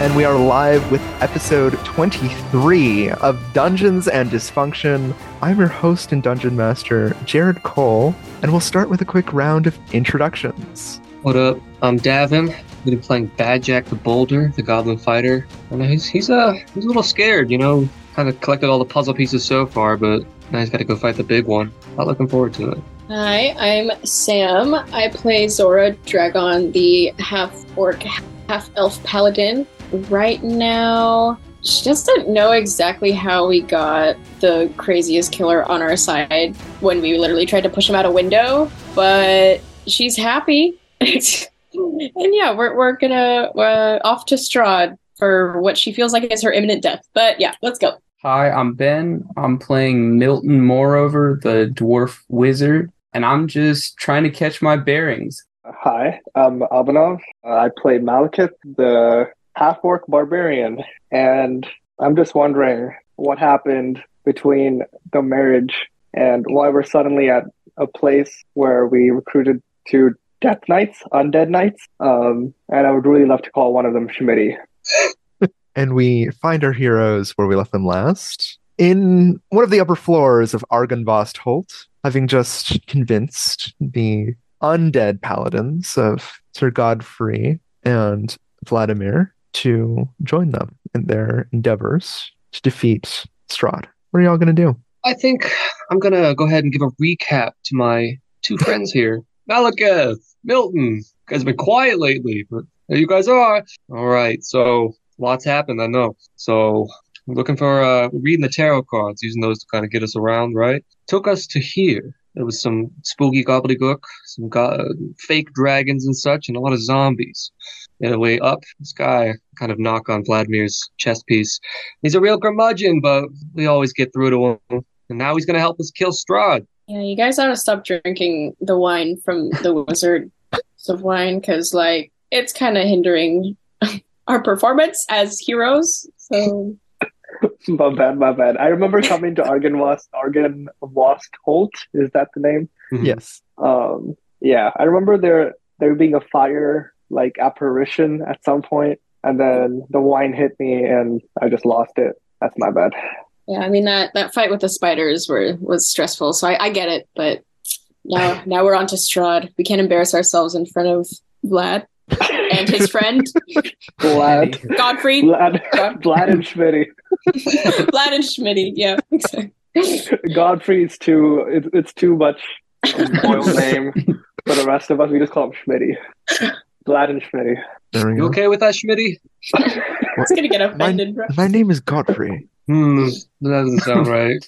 and we are live with episode 23 of Dungeons and Dysfunction. I'm your host and dungeon master, Jared Cole, and we'll start with a quick round of introductions. What up? I'm Davin. I've been playing Bad Jack the Boulder, the Goblin Fighter. And he's he's uh he's a little scared, you know. Kind of collected all the puzzle pieces so far, but now he's got to go fight the big one. Not looking forward to it. Hi, I'm Sam. I play Zora Dragon, the half orc, half elf paladin. Right now, she just doesn't know exactly how we got the craziest killer on our side when we literally tried to push him out a window, but she's happy. and yeah, we're, we're gonna uh, off to Strahd for what she feels like is her imminent death. But yeah, let's go. Hi, I'm Ben. I'm playing Milton Moreover, the dwarf wizard, and I'm just trying to catch my bearings. Hi, I'm Abanov. I play Malekith, the half orc barbarian, and I'm just wondering what happened between the marriage and why we're suddenly at a place where we recruited two death knights, undead knights, um, and I would really love to call one of them Shmiri. And we find our heroes where we left them last in one of the upper floors of Argenvost Holt, having just convinced the undead paladins of Sir Godfrey and Vladimir to join them in their endeavors to defeat Strahd. What are y'all going to do? I think I'm gonna go ahead and give a recap to my two friends here, Malekith, Milton. You guys have been quiet lately, but there you guys are. All right, so lots happened, I know. So we're looking for uh we're reading the tarot cards, using those to kind of get us around, right? Took us to here. There was some spooky gobbledygook, some go- fake dragons and such, and a lot of zombies. The other way up, this guy kind of knock on Vladimir's chest piece. He's a real curmudgeon, but we always get through to him. And now he's gonna help us kill Strahd. Yeah, you guys ought to stop drinking the wine from the wizard of wine because, like, it's kind of hindering our performance as heroes. So, my bad, my bad. I remember coming to Argenvost, Argenvost Holt. Is that the name? Mhm. Yes. Um, yeah, I remember there there being a fire like apparition at some point, and then the wine hit me, and I just lost it. That's my bad. yeah, I mean that that fight with the spiders were was stressful. So I, I get it, but now now we're on to Strahd. We can't embarrass ourselves in front of Vlad and his friend Glad, Godfrey, glad, glad, and Schmitty. Vlad and Schmitty. Yeah, exactly. Godfrey is too. It, it's too much of a boiled name for the rest of us. We just call him Schmitty. Glad and Schmitty. There we You go. okay with that, Schmitty? He's gonna get offended, bro. My name is Godfrey. Hmm, that doesn't sound right.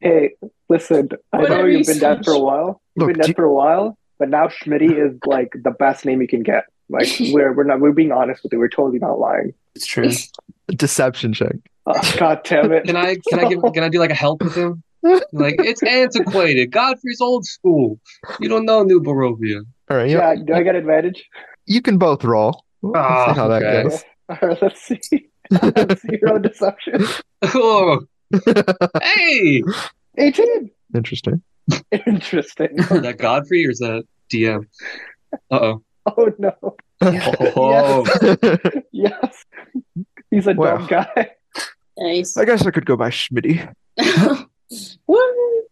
Hey, listen. I know Whatever you you've been dead said. for a while. You've Look, been dead do- for a while, but now Schmitty is like the best name you can get. Like we're we're not we're being honest with you. We're totally not lying. It's true. Deception check. Oh, God damn it! Can I can I give, can I do like a help with him? Like it's antiquated. Godfrey's old school. You don't know New Barovia. All right. Yeah. Yeah, do I get advantage? You can both roll. We'll see Ah, how that okay. goes. All right, let's see. Zero deception. Oh, hey, Eighteen. Interesting. Interesting. is that Godfrey or is that DM? Uh Oh no. oh. I Yes. He's a Wow. dumb guy. Nice. guess I could go by Schmitty if Woo!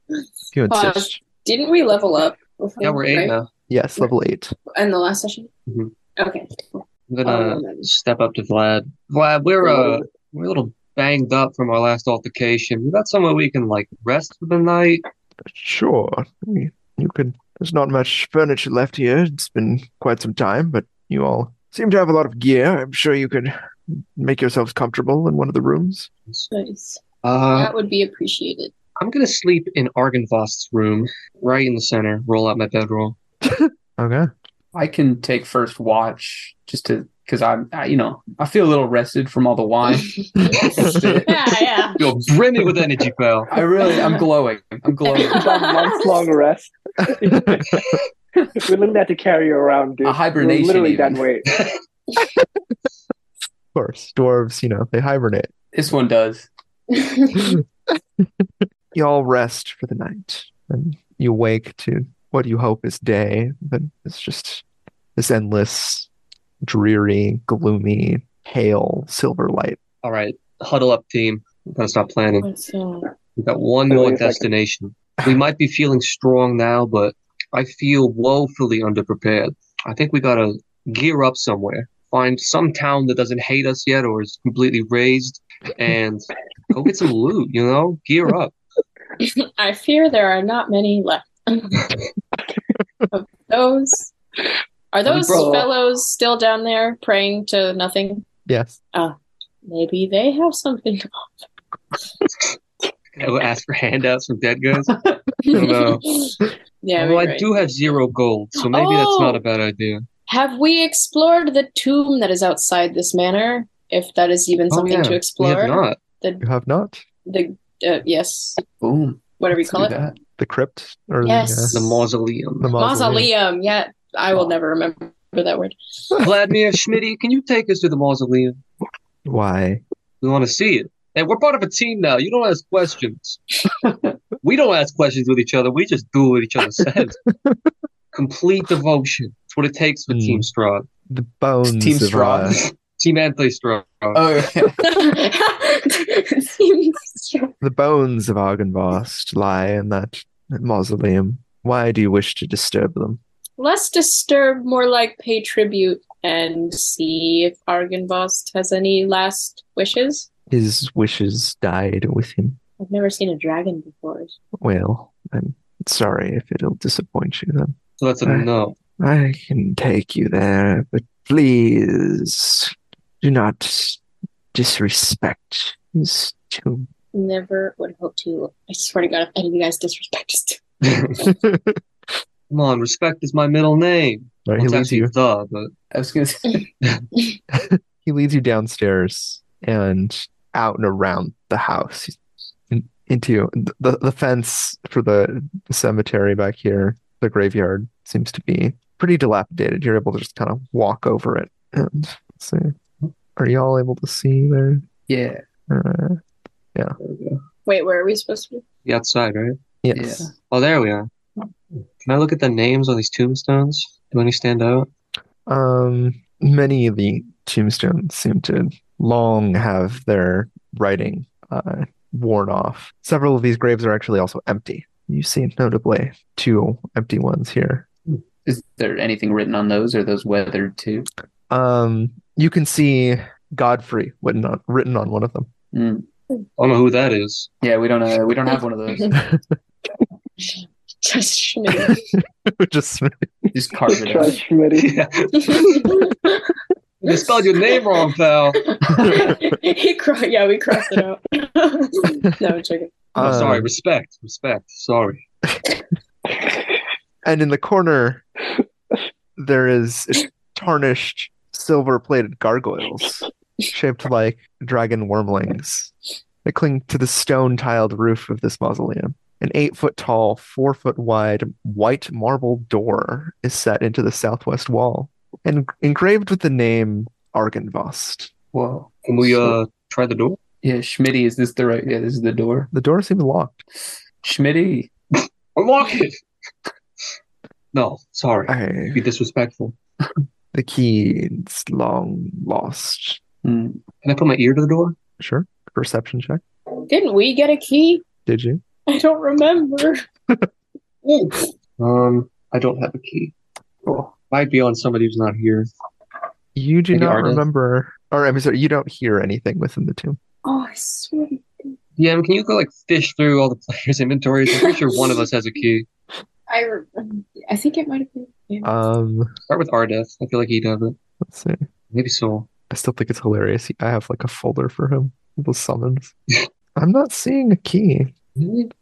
you Pause. insist. Didn't we level up? before, Yeah, we're eight right? now. Yes, level eight. In the last session. Mhm. Okay. I'm gonna Um, Oh, man. step up to Vlad. Vlad, we're uh, oh. we're a little banged up from our last altercation. We got somewhere we can like rest for the night. Sure. We- You could. There's not much furniture left here. It's been quite some time, but you all seem to have a lot of gear. I'm sure you could make yourselves comfortable in one of the rooms. Nice. Uh, that would be appreciated. I'm gonna sleep in Argenvost's room, right in the center. Roll out my bedroll. Okay. I can take first watch just to because I'm I, you know I feel a little rested from all the wine. Yeah, yeah. You're brimming with energy, pal. I really I'm glowing. I'm glowing. About months long rest. we literally had to carry you around, dude. A hibernation We're literally even. done weight. Of course, dwarves. You know they hibernate. This one does. You all rest for the night, and you wake to what you hope is day, but it's just this endless, dreary, gloomy pale silver light. All right, huddle up, team. We gotta stop planning. Let's, uh, We've got one Wait, more wait a second. destination. We might be feeling strong now, but I feel woefully underprepared. I think we gotta gear up somewhere. Find some town that doesn't hate us yet or is completely razed and go get some loot, you know? Gear up. I fear there are not many left. of those are those Bro. fellows still down there praying to nothing? Yes. Maybe they have something. Ever ask for handouts from dead guys? yeah, no. Although you're I right. do have zero gold, so maybe that's Oh! not a bad idea. Have we explored the tomb that is outside this manor? If that is even Oh, something yeah. to We have explore, not. You have not? the uh, yes, Boom. whatever you call Let's it, do that. The crypt or Yes. The mausoleum. the, uh, the mausoleum. mausoleum. Yeah, I will never remember that word. Vladimir Schmitty, can you take us to the mausoleum? Why? We want to see it. And we're part of a team now. You don't ask questions. we don't ask questions with each other. We just do what each other says. Complete devotion. It's what it takes with Hmm. Team Strong. The bones Team of Strong. uh, Team Anthony Strong. Oh, yeah. the bones of Argenvost lie in that mausoleum. Why do you wish to disturb them? Less disturb, more like pay tribute and see if Argenvost has any last wishes. His wishes died with him. I've never seen a dragon before. Well, I'm sorry if it'll disappoint you then. So that's a uh. no. I can take you there, but please do not disrespect his tomb. Never would hope to. I swear to God, if any of you guys disrespect us, Come on, respect is my middle name. Right, Well, he it's leads actually you. the, but I was gonna say He leads you downstairs and out and around the house in- into the the fence for the cemetery back here. The graveyard seems to be pretty dilapidated. You're able to just kind of walk over it and see. Are y'all able to see there? yeah. Uh, wait, where are we supposed to be? the outside, right? yes. Yeah. Oh, there we are. Can I look at the names on these tombstones? Do any stand out? Um, many of the tombstones seem to long have their writing uh, worn off. Several of these graves are actually also empty. You see, notably, two empty ones here. Is there anything written on those? Are those weathered too? Um, you can see Godfrey written on, written on one of them. Mm. I don't know who that is. Yeah, we don't know. We don't have one of those. Just Schmidt. Just Just carve it out. Trust Schmitty. Yeah. You spelled your name wrong, pal. he cro- yeah, we crossed it out. no, I'm joking. Oh, sorry, Um, respect, respect. Sorry. and in the corner, there is tarnished silver-plated gargoyles shaped like dragon wormlings. They cling to the stone-tiled roof of this mausoleum. An eight-foot-tall, four-foot-wide white marble door is set into the southwest wall, and engraved with the name Argenvost. Whoa. Can we uh try the door? Yeah, Schmitty, is this the right? Yeah, this is the door. The door seems locked. Schmitty. Unlock it. No, sorry. I, Be disrespectful. the key is long lost. Mm. Can I put my ear to the door? Sure. Perception check. Didn't we get a key? Did you? I don't remember. Um, I don't have a key. Might be on somebody who's not here. You do Maybe not Arden? remember, or I'm sorry, you don't hear anything within the tomb. Oh, I swear. to- Yeah, I mean, can you go like fish through all the players' inventories? I'm pretty sure one of us has a key. I, re- um, I think it might have been. yeah. Um, Start with Ardeth. I feel like he'd have it. let's see. Maybe so. I still think it's hilarious. I have like a folder for him. The summons. I'm not seeing a key. Mm,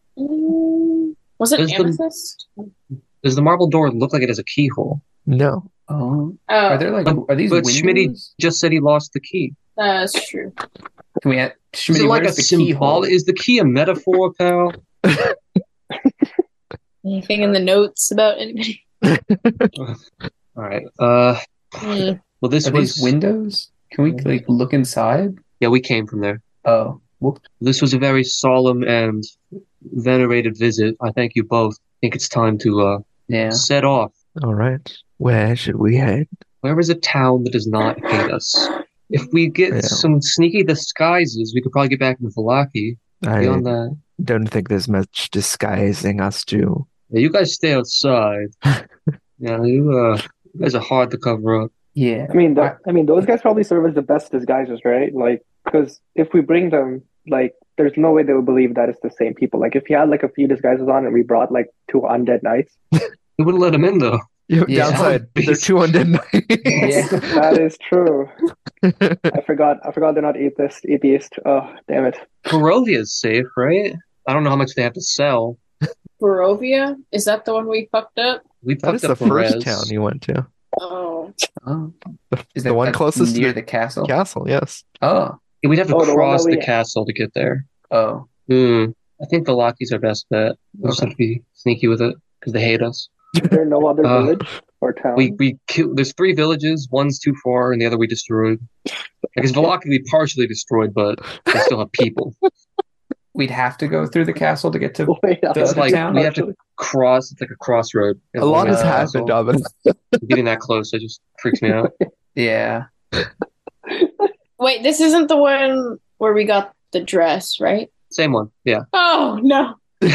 was it There's the- amethyst? Does the marble door look like it has a keyhole? No. Oh. Oh, Are there like But- are these but windows? Schmitty- Just said he lost the key. that's true. Can we have Is Schmitty, it like a where's the symbol? keyhole? Is the key a metaphor, pal? Anything in the notes about anybody? All right. Uh, Mm, well, this Are was these windows? Can we like look inside? yeah. We came from there. Oh. Whoop. This was a very solemn and venerated visit. I thank you both. I think it's time to uh, Yeah. set off. All right. Where should we head? Where is a town that does not hate us? If we get Yeah. some sneaky disguises, we could probably get back into Valaki. I Beyond that, don't think there's much disguising us to. yeah, you guys stay outside. yeah, you, uh, you guys are hard to cover up. Yeah. I mean, th- I mean, those guys probably serve as the best disguises, right? Like, because if we bring them, like, there's no way they would believe that it's the same people. Like, if he had like a few disguises on and we brought like two undead knights, They wouldn't let him in though. You Yeah. Downside, they're two undead Yeah. that is true. knights. I forgot. I forgot they're not atheist. Atheist. Oh, damn it. Barovia is safe, right? I don't know how much they have to sell. Barovia? Is that the one we fucked up? We that fucked is the up first Perez. town you went to. Oh. Oh. The, Is the that- one that's closest near to the castle? the castle, yes. Oh. Yeah, We'd have to Oh, the one cross that the we- castle to get there. Oh. Hmm. I think the Lockies are best bet. We'll just have to be sneaky with it because they hate us. Is there no other Uh, village or town? We we kill. There's three villages. One's too far, and the other we destroyed. I guess Velaki we partially destroyed, but they still have people. We'd have to go through the castle to get to Wait, I- That's It's like town, we have to cross. It's like a crossroad. A lot has Uh, happened, So Domin. Getting that close, it just freaks me out. Yeah. Wait, this isn't the one where we got the dress, right? Same one, yeah. Oh, no.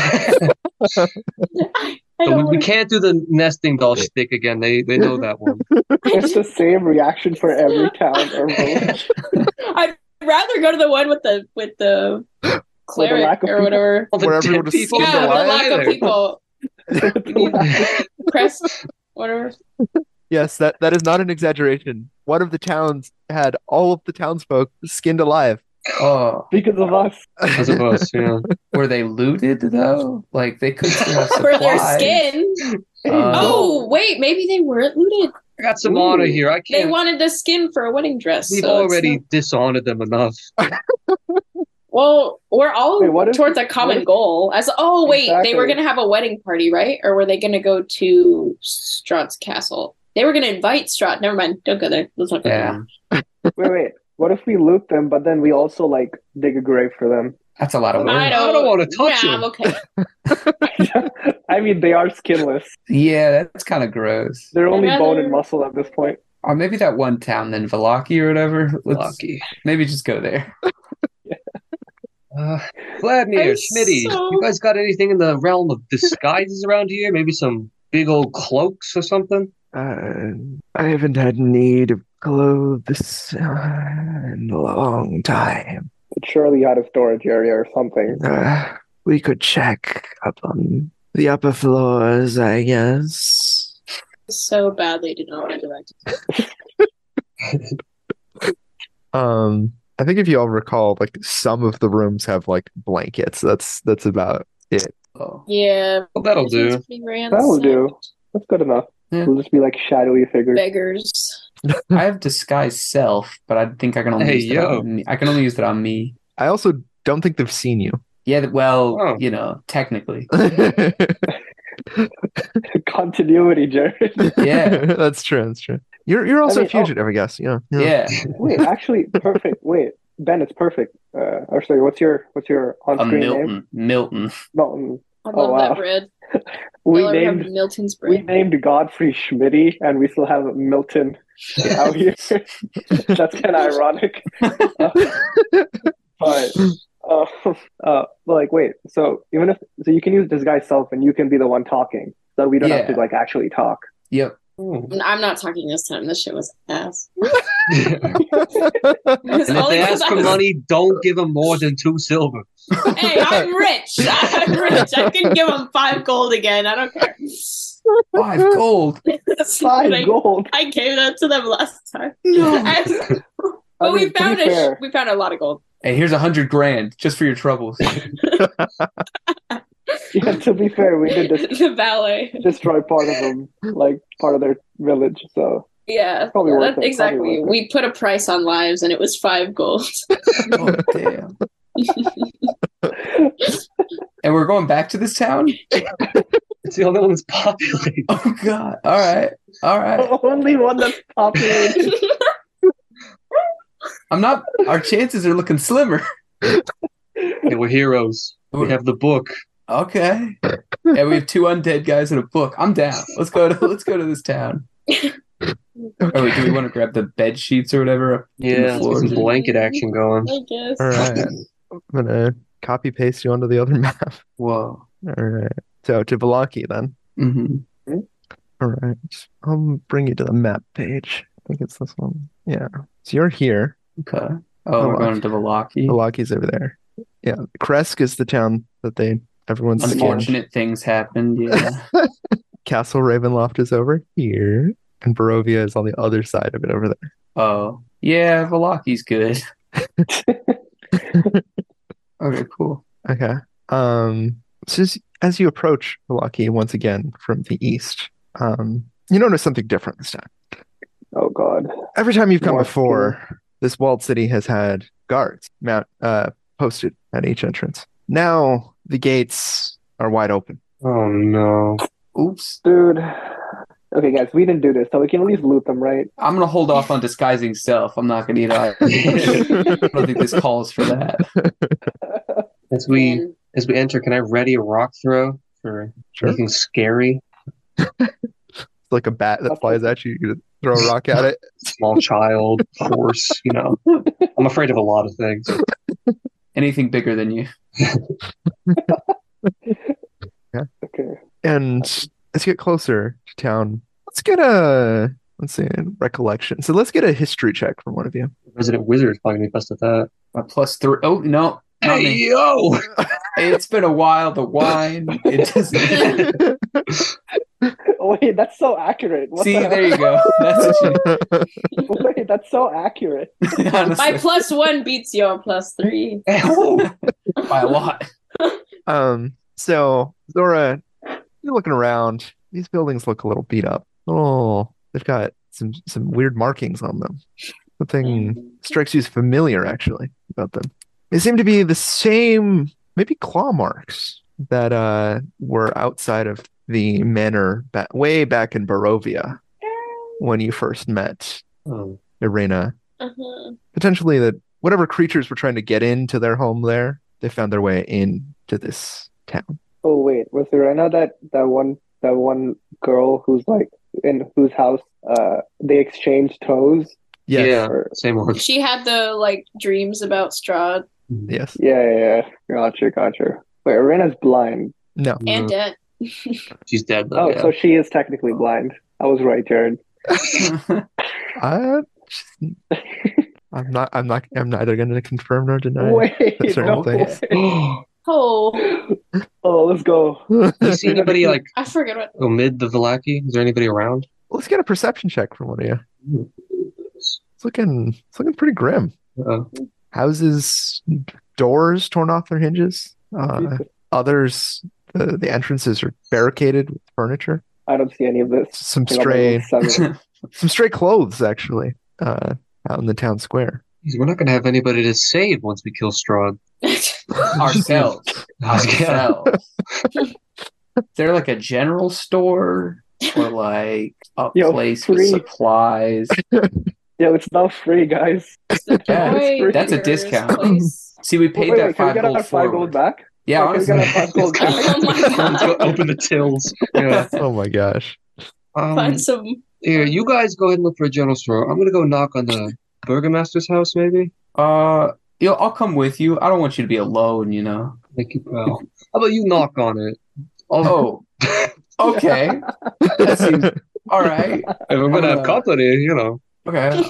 But we, I, I don't we want to. can't do the nesting doll shtick again. They they know that one. it's the same reaction for every town or village. I'd rather go to the one with the with the cleric lack of or people. whatever. All the Where dead everyone was people skin in yeah, the the line lack there. of people. Press whatever. Yes, that, that is not an exaggeration. One of the towns had all of the townsfolk skinned alive. Oh. because of us. As of us, yeah. Were they looted though? Like they could still have For supplies. their skin. Oh. Oh, wait, maybe they weren't looted. I got some honor here. I They can't. wanted the skin for a wedding dress. We've so it's already not- dishonored them enough. Well, we're all Wait, what if- towards a common what if- goal. As oh wait, they were Exactly. gonna have a wedding party, right? Or were they gonna go to Strahd's castle? They were gonna invite Strahd. Never mind. Don't go there. Let's not go Yeah. Wait, wait. What if we loot them, but then we also like dig a grave for them? That's a lot of there. work. I don't, I don't wanna touch yeah, him. I'm okay. I mean, they are skinless. Yeah, that's kind of gross. They're only Another- bone and muscle at this point. Or maybe that one town then Velaki or whatever. Let's Lucky. maybe just go there. Uh, Vladimir, I'm Schmitty, so- you guys got anything in the realm of disguises around here? Maybe some big old cloaks or something? Uh, I haven't had need of clothes uh, in a long time. It's surely out of storage area or something. Uh, we could check up on the upper floors, I guess. so badly did not want to go back to Um, I think if you all recall, like some of the rooms have like blankets. That's that's about. Oh. Yeah. Well, that'll do. That'll do. That's good enough. Yeah. We'll just be like shadowy figures. Beggars. I have disguise self, but I think I can only Hey, use that yo. on me. I can only use that on me. I also don't think they've seen you. Yeah, th- well, Oh. you know, technically. Continuity, Jared. Yeah. that's true. That's true. You're you're also mean, a oh. fugitive, I guess. Yeah. yeah. Wait, actually, perfect. Wait, Ben, it's perfect. Uh, or sorry, what's your what's your A on-screen name? Milton. Milton. Milton. I love Oh, wow. that bread. We I'll ever have named Milton's we bread. named Godfrey Schmitty, and we still have Milton out here. That's kind of ironic. But uh, uh, like, wait. So even if so, you can use disguise self, and you can be the one talking, so we don't have to Yeah. like actually talk. Yep. Oh. I'm not talking this time. This shit was ass. and It's if only they 'cause ask I for was- money, don't give them more than two silver. Hey, I'm rich. I'm rich. I can give him five gold again. I don't care. Five gold. That's Five what I, gold. I gave that to them last time. No. I- I but mean, we to be found a fair, sh- we found a lot of gold. Hey, here's a hundred grand just for your troubles. yeah, to be fair, we did dis- the valet. destroy part of them, like part of their village. So Yeah, Probably worth that- it. Probably exactly. worth it. We put a price on lives, and it was five gold. Oh, damn. and we're going back to this town? It's the only one that's populated. Oh god. All right. All right. the only one that's popular. I'm not our chances are looking slimmer. They were heroes. We have the book. Okay. And we have two undead guys in a book. I'm down. Let's go to let's go to this town. Okay. Oh, wait, do we want to grab the bed sheets or whatever? up in the Yeah, let's get floor? some blanket action going. I guess. All right. I'm gonna copy paste you onto the other map. Whoa. All right. So to Velaki then. hmm All right. I'll bring you to the map page. I think it's this one. Yeah. So you're here. Okay. Oh, we're Velaki. going to Velaki. Velaki's over there. Yeah. Kresk is the town that they everyone's in. Unfortunate things happened. Yeah. Castle Ravenloft is over here, and Barovia is on the other side of it over there. oh, yeah. Velaki's good. okay. Cool. Okay. Um, so as, as you approach Milwaukee once again from the east, um, you notice something different this time. Oh God. Every time you've come More before, this walled city has had guards mount uh, posted at each entrance. Now the gates are wide open. Oh no. Oops. Dude. Okay, guys, we didn't do this, so we can at least loot them, right? I'm gonna hold off on disguising self. I'm not gonna eat. I don't think this calls for that. As we as we enter, can I ready a rock throw for Sure. anything scary? It's like a bat that Okay. flies at you. You throw a rock at it. Small child, horse, you know. I'm afraid of a lot of things. Anything bigger than you. Okay. And let's get closer to town. Let's get a let's see recollection. So let's get a history check from one of you. Resident Wizard is probably gonna be best at that. A plus three. Oh no. Not me. Hey yo! It's been a while. The wine. It doesn't. Oh, wait, that's so accurate. What See, the there you go. That's what you heck? Wait, that's so accurate. My honestly plus one beats your plus three. by a lot. Um, so Zora, you're looking around. These buildings look a little beat up. Oh, they've got some some weird markings on them. Something strikes you as familiar, actually, about them. They seem to be the same, maybe claw marks that uh were outside of the manor ba- way back in Barovia when you first met Oh, Irena. Uh-huh. Potentially that whatever creatures were trying to get into their home there, they found their way into this town. Oh wait, was there another that that one that one girl who's like in whose house uh they exchanged toes? Uh. Yes. Or, Same one. She had the like dreams about Strahd Yes. yeah, yeah, yeah. Gotcha, gotcha. Wait, Arena's blind. No. Mm-hmm. and debt. She's dead though. Oh, yeah. so she is technically blind. I was right, Jared. I, I'm not. I'm not. I'm neither going to confirm nor deny. Wait, That's no right. way. Oh, Oh, let's go. Do you see anybody like I forget what. amid the Velaki? Is there anybody around? Let's get a perception check from one of you. It's looking. It's looking pretty grim. Uh, Houses, doors torn off their hinges. Uh, others, the, the entrances are barricaded with furniture. I don't see any of this. Some I think I'm stray, level seven. some stray clothes actually uh, out in the town square. we're not gonna have anybody to save once we kill Strahd. Ourselves. Ourselves. They're like a general store or like a Yo, place with free. supplies. Yo, it's now free, guys. Joy that's a Dealer's discount. place. See, we paid wait, that wait, can we five get gold our five forward. gold back? Yeah, Wait, can we get our honestly. five gold back? oh my god! Open the tills. Yeah. Oh my gosh! Um, Find some. here, you guys go ahead and look for a general store. I'm gonna go knock on the burgomaster's house, maybe. Uh, yo, I'll come with you. I don't want you to be alone. You know. Thank you, pal. How about you knock on it? I'll, Oh, okay. That seems all right. if I'm gonna have Uh, company, you know. Okay.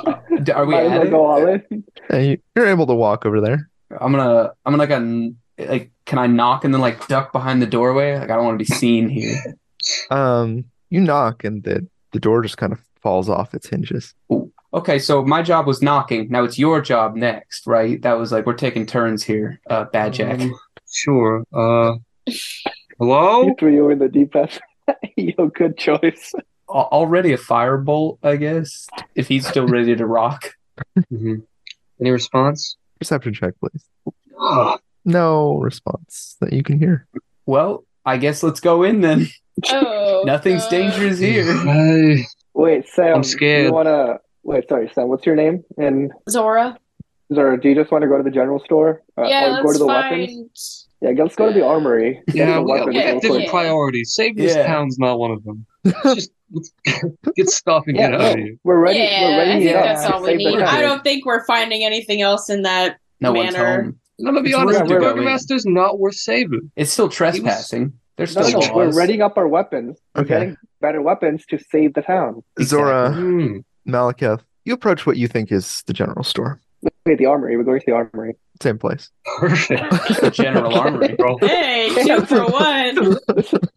D- Are we Might as at well it? go all in. And you- you're able to walk over there. I'm gonna I'm gonna like un- like can I knock and then like duck behind the doorway? Like I don't want to be seen here. Um, you knock, and the the door just kind of falls off its hinges. Okay, so my job was knocking. Now it's your job next, right? That was like we're taking turns here, uh Bad Jack. Um, sure. Uh, hello. You threw you in the deep end. Yo, good choice. Al- already a firebolt, I guess. If he's still ready to rock. hmm Any response? Perception check, please. Ah, No response that you can hear. Well, I guess let's go in then. Oh, Nothing's no. dangerous here. I- Wait, Sam. I'm scared. You wanna? Wait, sorry, Sam. What's your name? And Zora. Zara, do you just want to go to the general store? Uh, yeah, or go let's to the weapons? find. Yeah, let's go to the armory. Get yeah, the we, weapons we real got quick. different priorities. Save this Yeah. town's not one of them. Just get stuff and get Yeah, out of no, here. we're ready. yeah, we're ready I to think go. that's all we Save the need. country. I don't think we're finding anything else in that. No one's Manner. home. And I'm gonna be It's honest, where the we're Burgomaster's not worth saving. It's still trespassing. There's No, still no, laws. no, we're readying up our weapons. We're Okay. getting better weapons to save the town. Zora, Hmm. Malaketh, you approach what you think is the general store. Wait, the armory. We're going to the armory. Same place. Perfect, The general armory. bro. Hey, two for one.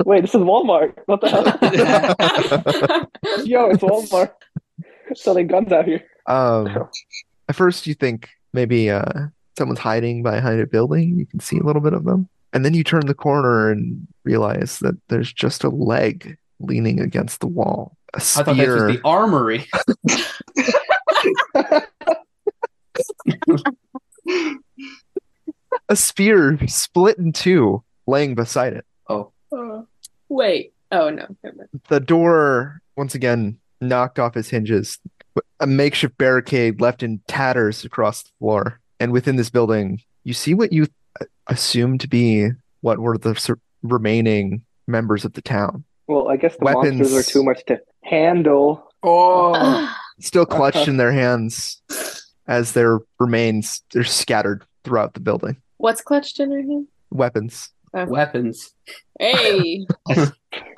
Wait, this is Walmart. What the hell? Yo, it's Walmart. Selling guns out here. Um, at first, you think maybe uh, someone's hiding behind a building. You can see a little bit of them. And then you turn the corner and realize that there's just a leg leaning against the wall. A I thought that spear. was the armory. a spear split in two laying beside it. Oh, Wait. Oh no. never mind. The door, once again, knocked off its hinges. A makeshift barricade left in tatters across the floor. And within this building, you see what you assume to be what were the sur- remaining members of the town. Well, I guess the Weapons. monsters are too much to handle. Oh, Still clutched in their hands as their remains are scattered throughout the building. What's clutched in her hand? Weapons. weapons. Hey.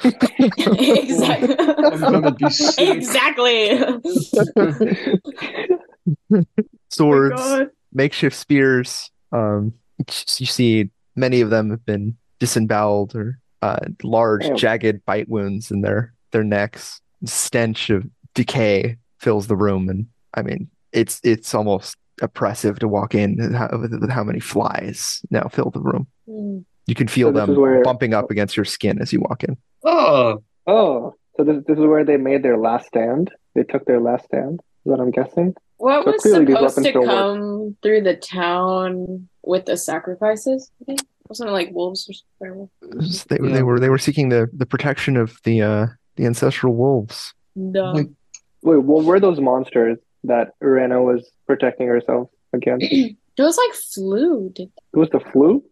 exactly. I'm gonna be sick. exactly. Oh Swords. Oh my God. makeshift spears. Um, you see many of them have been disemboweled or uh, large, Damn. jagged bite wounds in their their necks. Stench of decay fills the room, and I mean, it's it's almost oppressive to walk in with how, with how many flies now fill the room. Hmm. You can feel So this them is where- bumping up against your skin as you walk in. Oh, Oh, so this, this is where they made their last stand. They took their last stand. Is what I'm guessing. What So was clearly these supposed weapons to don't work. come through the town with the sacrifices? I think? Wasn't it like wolves or something? They, Yeah. they were they were seeking the, the protection of the uh, the ancestral wolves. No. Like- Wait, what were those monsters that Irena was protecting herself against? It was like flu. Did It was the flu.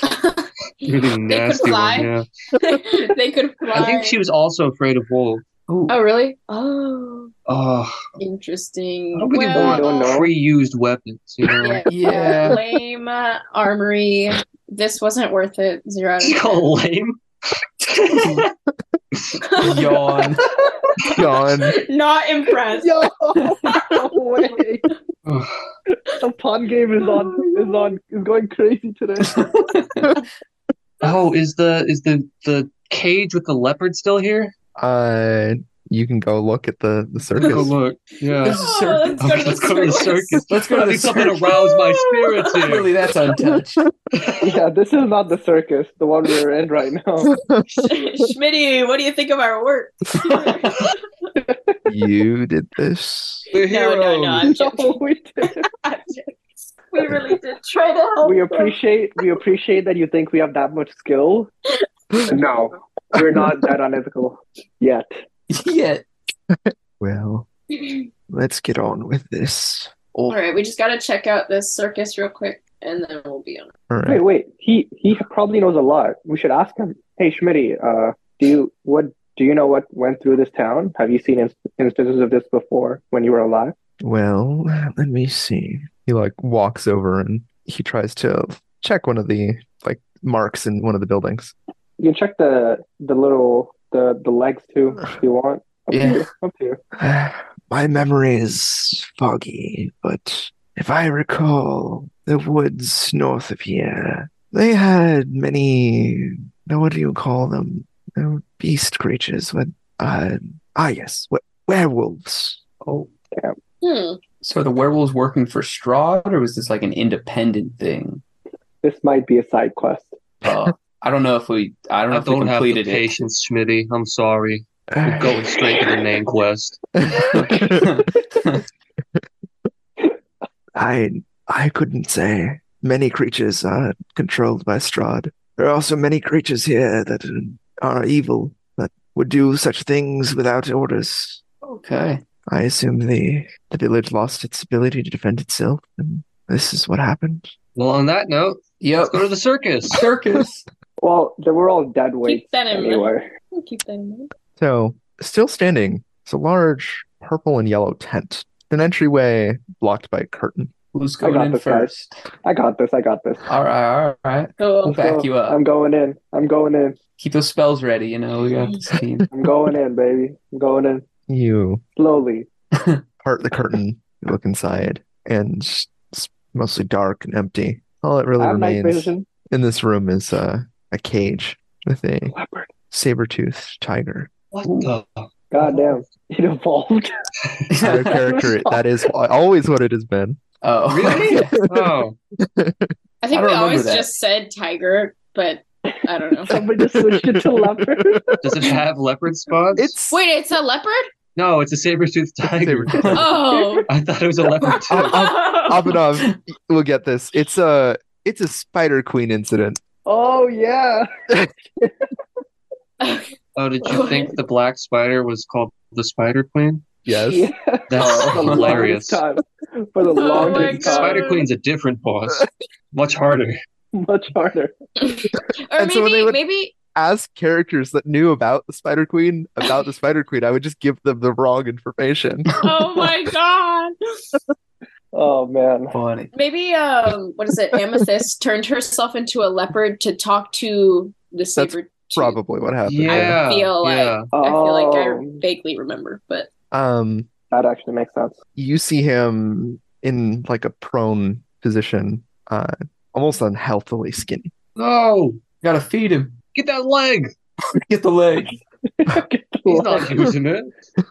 really they could nasty fly. one. Yeah. they could fly. I think she was also afraid of wolves. Ooh, Oh really? Oh, Oh, interesting. I'm getting Well- more Don't know. pre-used weapons. You know, Yeah. Yeah. Lame uh, armory. This wasn't worth it. Zero out you of call lame. ten. yawn. Yawn. Not impressed. Yo, no way. Ugh. The pun game is on. Is on. Is going crazy today. oh, is the is the the cage with the leopard still here? Uh, you can go look at the the circus. Go look. Yeah. This is circus. let's go to Let's go the to the circus. circus. Let's go I to the think something circus. aroused my spirits here. Clearly, that's untouched. yeah, this is not the circus. The one we're in right now. Schmitty, what do you think of our work? you did this. We're No, no, no, heroes. I'm joking. no, we did. we really did try to help. We them. appreciate. We appreciate that you think we have that much skill. No, we're not that unethical yet. yeah. Well, let's get on with this. All right, we just got to check out this circus real quick, and then we'll be on. All right. Wait, wait. He he probably knows a lot. We should ask him. Hey, Schmitty, uh, do you what do you know what went through this town? Have you seen inst- instances of this before when you were alive? Well, let me see. He like walks over and he tries to check one of the like marks in one of the buildings. You can check the the little the the legs too if you want. Up to Yeah. you, up to you. My memory is foggy, but if I recall, the woods north of here, they had many. Now, what do you call them? Uh, Beast creatures. What? Uh, ah, yes, we- werewolves. Oh. Hmm. So are the werewolves working for Strahd, or was this like an independent thing? This might be a side quest. Uh, I don't know if we. I don't know I if we don't have the completed it. patience, Schmitty. I'm sorry. You're going straight to the name quest. I I couldn't say. Many creatures are controlled by Strahd. There are also many creatures here that are evil, that would do such things without orders. okay. I assume the the village lost its ability to defend itself, and this is what happened. Well, on that note, Yep. let's go to the circus. circus. Well, they were all dead weights that in mind. anyway. We'll keep that in mind. So, still standing is a large purple and yellow tent, an entryway blocked by a curtain. Who's I got going in this, guys. first? I got this. I got this. All right, all right. Oh, We'll Let's back go. you up. I'm going in. I'm going in. Keep those spells ready. You know, we got this team. I'm going in, baby. I'm going in You slowly. part the curtain, you look inside, and it's mostly dark and empty. All that really I have night remains vision. in this room is uh, a cage with a Leopard. saber-toothed tiger. What Ooh. the? Goddamn. It evolved. Their character, that is always what it has been. oh, Really? Oh, I think I we don't always remember that. just said tiger, but I don't know. Somebody just switched it to leopard. does it have leopard spots? It's Wait, it's a leopard? no, it's a saber-toothed tiger. Saber-toothed tiger. Oh. I thought it was a leopard too. Uh, Abanov, we'll get this. It's a it's a Spider Queen incident. Oh yeah. Oh, did you think the black spider was called the Spider Queen? Yes. Yeah. That's For the hilarious. longest time. For the Oh my longest God. time. Spider Queen's a different boss, much harder. Much harder. or And so when maybe, they would- maybe As characters that knew about the Spider Queen, about the Spider Queen, I would just give them the wrong information. oh my god. Oh man. funny. Maybe um what is it? Amethyst turned herself into a leopard to talk to the saber. Probably what happened. Yeah, feel like- yeah. Oh, I feel like I vaguely remember, but Um, that actually makes sense. you see him in like a prone position, uh, almost unhealthily skinny. No, Gotta feed him. get that leg. Get the leg. He's not using it.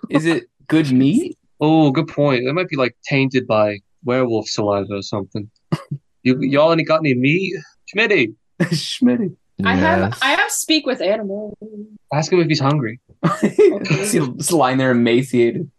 Is it good meat? Oh, good point. That might be like tainted by werewolf saliva or something. You y'all any got any meat? Schmitty, Schmitty. I have Yes. I have speak with animals. ask him if he's hungry. He's just lying there emaciated.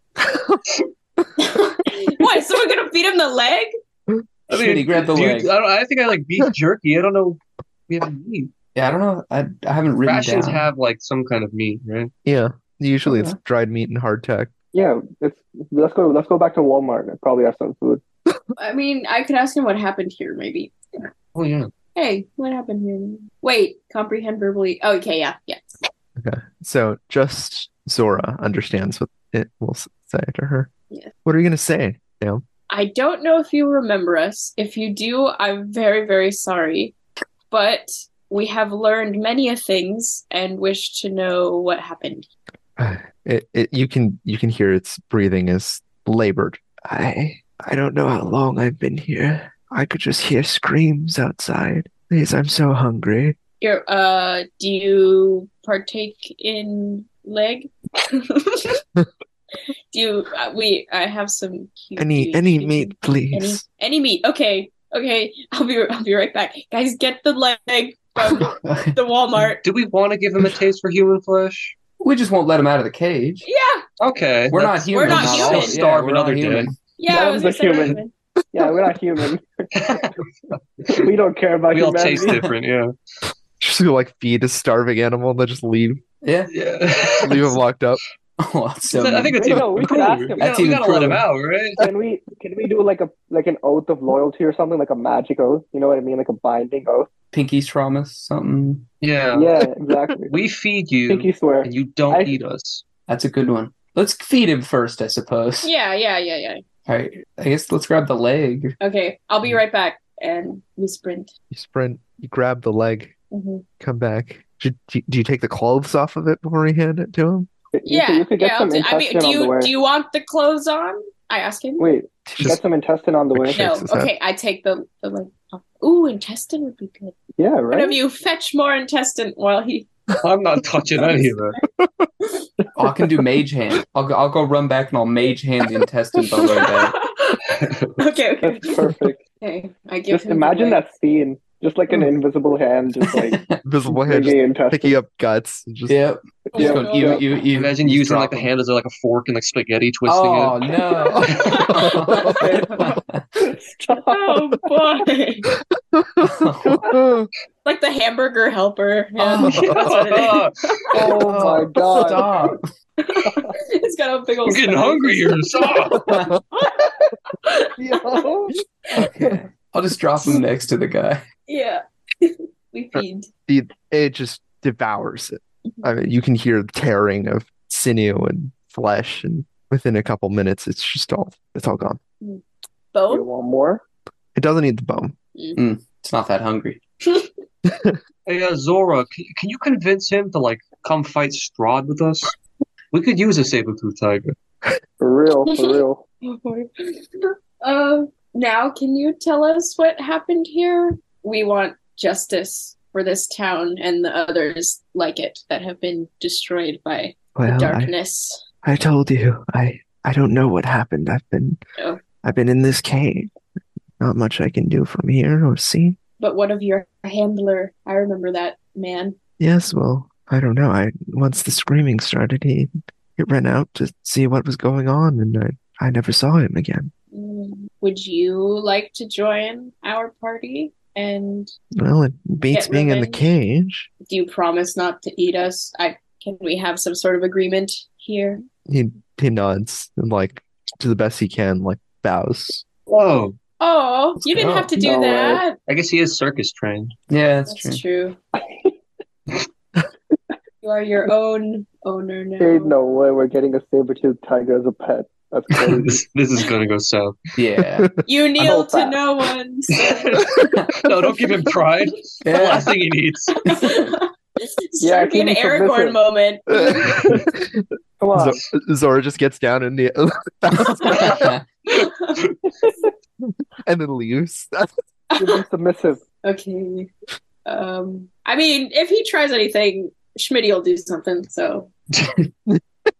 what, is someone gonna feed him the leg? I Schmitty, grab the do you- leg. I, don't, I think I like beef jerky. I don't know. if We have meat. yeah, I don't know. I, I haven't written Rations down. have like some kind of meat, right? Yeah. Usually it's Okay. dried meat and hardtack. Yeah, it's let's go let's go back to Walmart and probably have some food. I mean, I could ask him what happened here, maybe. Oh yeah. Hey, what happened here? Wait, comprehend verbally. Oh, okay, yeah, yeah. So just Zora understands what it will s- say to her. Yeah. What are you gonna say? Sam? I don't know if you remember us. If you do, I'm very, very sorry. But we have learned many a things and wish to know what happened. It, it you can you can hear its breathing is labored. I I don't know how long I've been here. I could just hear screams outside. Please, I'm so hungry. Your uh do you partake in leg? do you uh, we I have some cute- Any cute- any cute- meat, any please. any meat. Okay. Okay. I'll be I'll be right back. Guys, get the leg from the Walmart. Do we want to give him a taste for human flesh? we just won't let him out of the cage. Yeah. Okay. We're that's- not human. not all- human. yeah, Starve we're another not human. Yeah, That I was was a gonna say human. human. Yeah, we're not human. we don't care about we all humanity. taste different, yeah. Just go like feed a starving animal and then just leave Yeah. Yeah. leave him locked up. Oh, that's so I think mean. that's Wait, even no, we could crueler. ask him. We That's gotta, we even gotta let him crueler. out, right? Can we can we do like a like an oath of loyalty or something like a magic oath? You know what I mean, like a binding oath. Pinky's promise, something. Yeah. Yeah, exactly. We feed you, Pinky swear. and you don't I- eat us. That's a good one. Let's feed him first, I suppose. Yeah, yeah, yeah, yeah. All right. I guess let's grab the leg. Okay, I'll Mm-hmm. be right back. And we sprint. You sprint, you grab the leg, Mhm. come back. Do, do, do you take the clothes off of it before you hand it to him? You Yeah, could, you could get yeah. I'll some do, I mean, intestine do on the way. you do you want the clothes on? I ask him. Wait, Just- get some intestine on the way. Shakes no. his head. Okay, I take the the like. Ooh, intestine would be good. Yeah, One of right. you fetch more intestine while he. I'm not touching any of that. Oh, I can do mage hand. I'll go, I'll go run back and I'll mage hand the intestine below that. okay, okay, That's perfect. okay. I give Just him. the imagine leg. that scene, just like Oh. an invisible hand, just like Visible hand just digging intestine. picking up guts. and Just Yep. Yeah. Just going, you, you, you, Imagine you using like the drop him. hand as like a fork and like spaghetti twisting Oh, no. Stop. Oh boy! like the hamburger helper. Yeah, Oh. that's what it it. Oh my god. Stop. is. It's got a big old. I'm getting stomach. hungry here. Stop. Yo. Okay. I'll just drop him next to the guy. Yeah, we feed. it just devours it. I mean, you can hear the tearing of sinew and flesh, and within a couple minutes, it's just all it's all gone. You Bone? want more? It doesn't need the bone. It's not that hungry. Hey, uh, Zora, can, can you convince him to like come fight Strahd with us? We could use a saber tooth tiger. For real, for real. uh, now, can you tell us what happened here? We want justice for this town and the others like it that have been destroyed by the Well, I, darkness. I told you, I I don't know what happened. I've been Oh. I've been in this cave. Not much I can do from here or see. But what of your handler? I remember that man. Yes, well, I don't know. I once the screaming started, he it ran out to see what was going on, and I I never saw him again. Mm, Would you like to join our party? And Well, it beats Get being in the revenge. cage. do you promise not to eat us? I can we have some sort of agreement here? He he nods and like to the best he can, like bows. Whoa, Oh, you didn't go. have to do No way. that. I guess he is circus trained. Yeah, that's, That's, true. true. you are your own owner now. Ain't no way we're getting a saber-toothed tiger as a pet. That's crazy. this, this is gonna go south. Yeah. You kneel old to fat. no one. no, don't give him pride. The yeah. last thing he needs. Yeah, Starting keep an me Aragorn submissive. moment. Come on. Z- Zora just gets down in the and then leaves. Give him submissive. okay. Um, I mean, if he tries anything, Schmidt will do something. So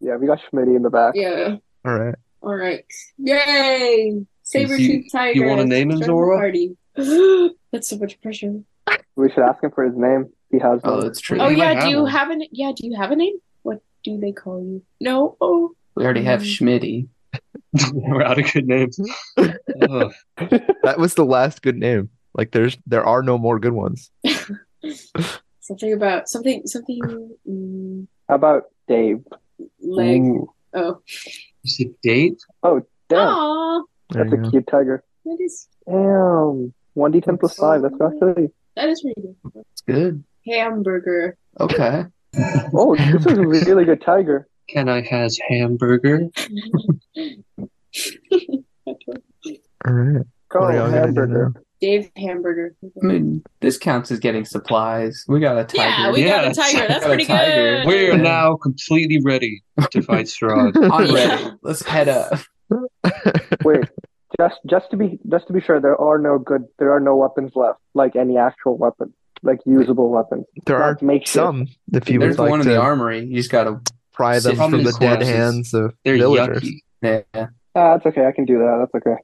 Yeah, we got Schmitty in the back. yeah. All right. All right. Yay! Saber you- tooth tiger. you wanna name him, Join the Zora? Party. That's so much pressure. We should ask him for his name. He has oh, one. that's true. Oh You might yeah, do have you one. have an yeah, do you have a name? What do they call you? No. Oh. We already have Schmitty. We're out of good names. Ugh. That was the last good name. Like there's there are no more good ones. Something about something something mm, How about Dave? leg. Ooh. Oh. You see, date? Damn, Aw. There that's a you go. cute tiger. That is Damn. 1d10 plus 5. That's actually. that is really good. It's good. Hamburger. Okay. Oh, this is a really good tiger. Can I has hamburger? All right. Call What are y'all gonna do him hamburger. Dave Hamburger. I mean, this counts as getting supplies. We got a tiger. Yeah, we got a Yes. tiger. That's Got a pretty tiger. good. We're now completely ready to fight Strahd. I'm Yeah. ready. Let's head up. Wait, just just to be just to be sure, there are no good. There are no weapons left, like any actual weapon, like usable weapons. There are Not makeshift. some if you There's would the like one in to the armory. You just gotta. pry them Sitting from in the the dead corpses. hands of They're villagers. yucky. Yeah. Ah, that's okay. I can do that. That's okay.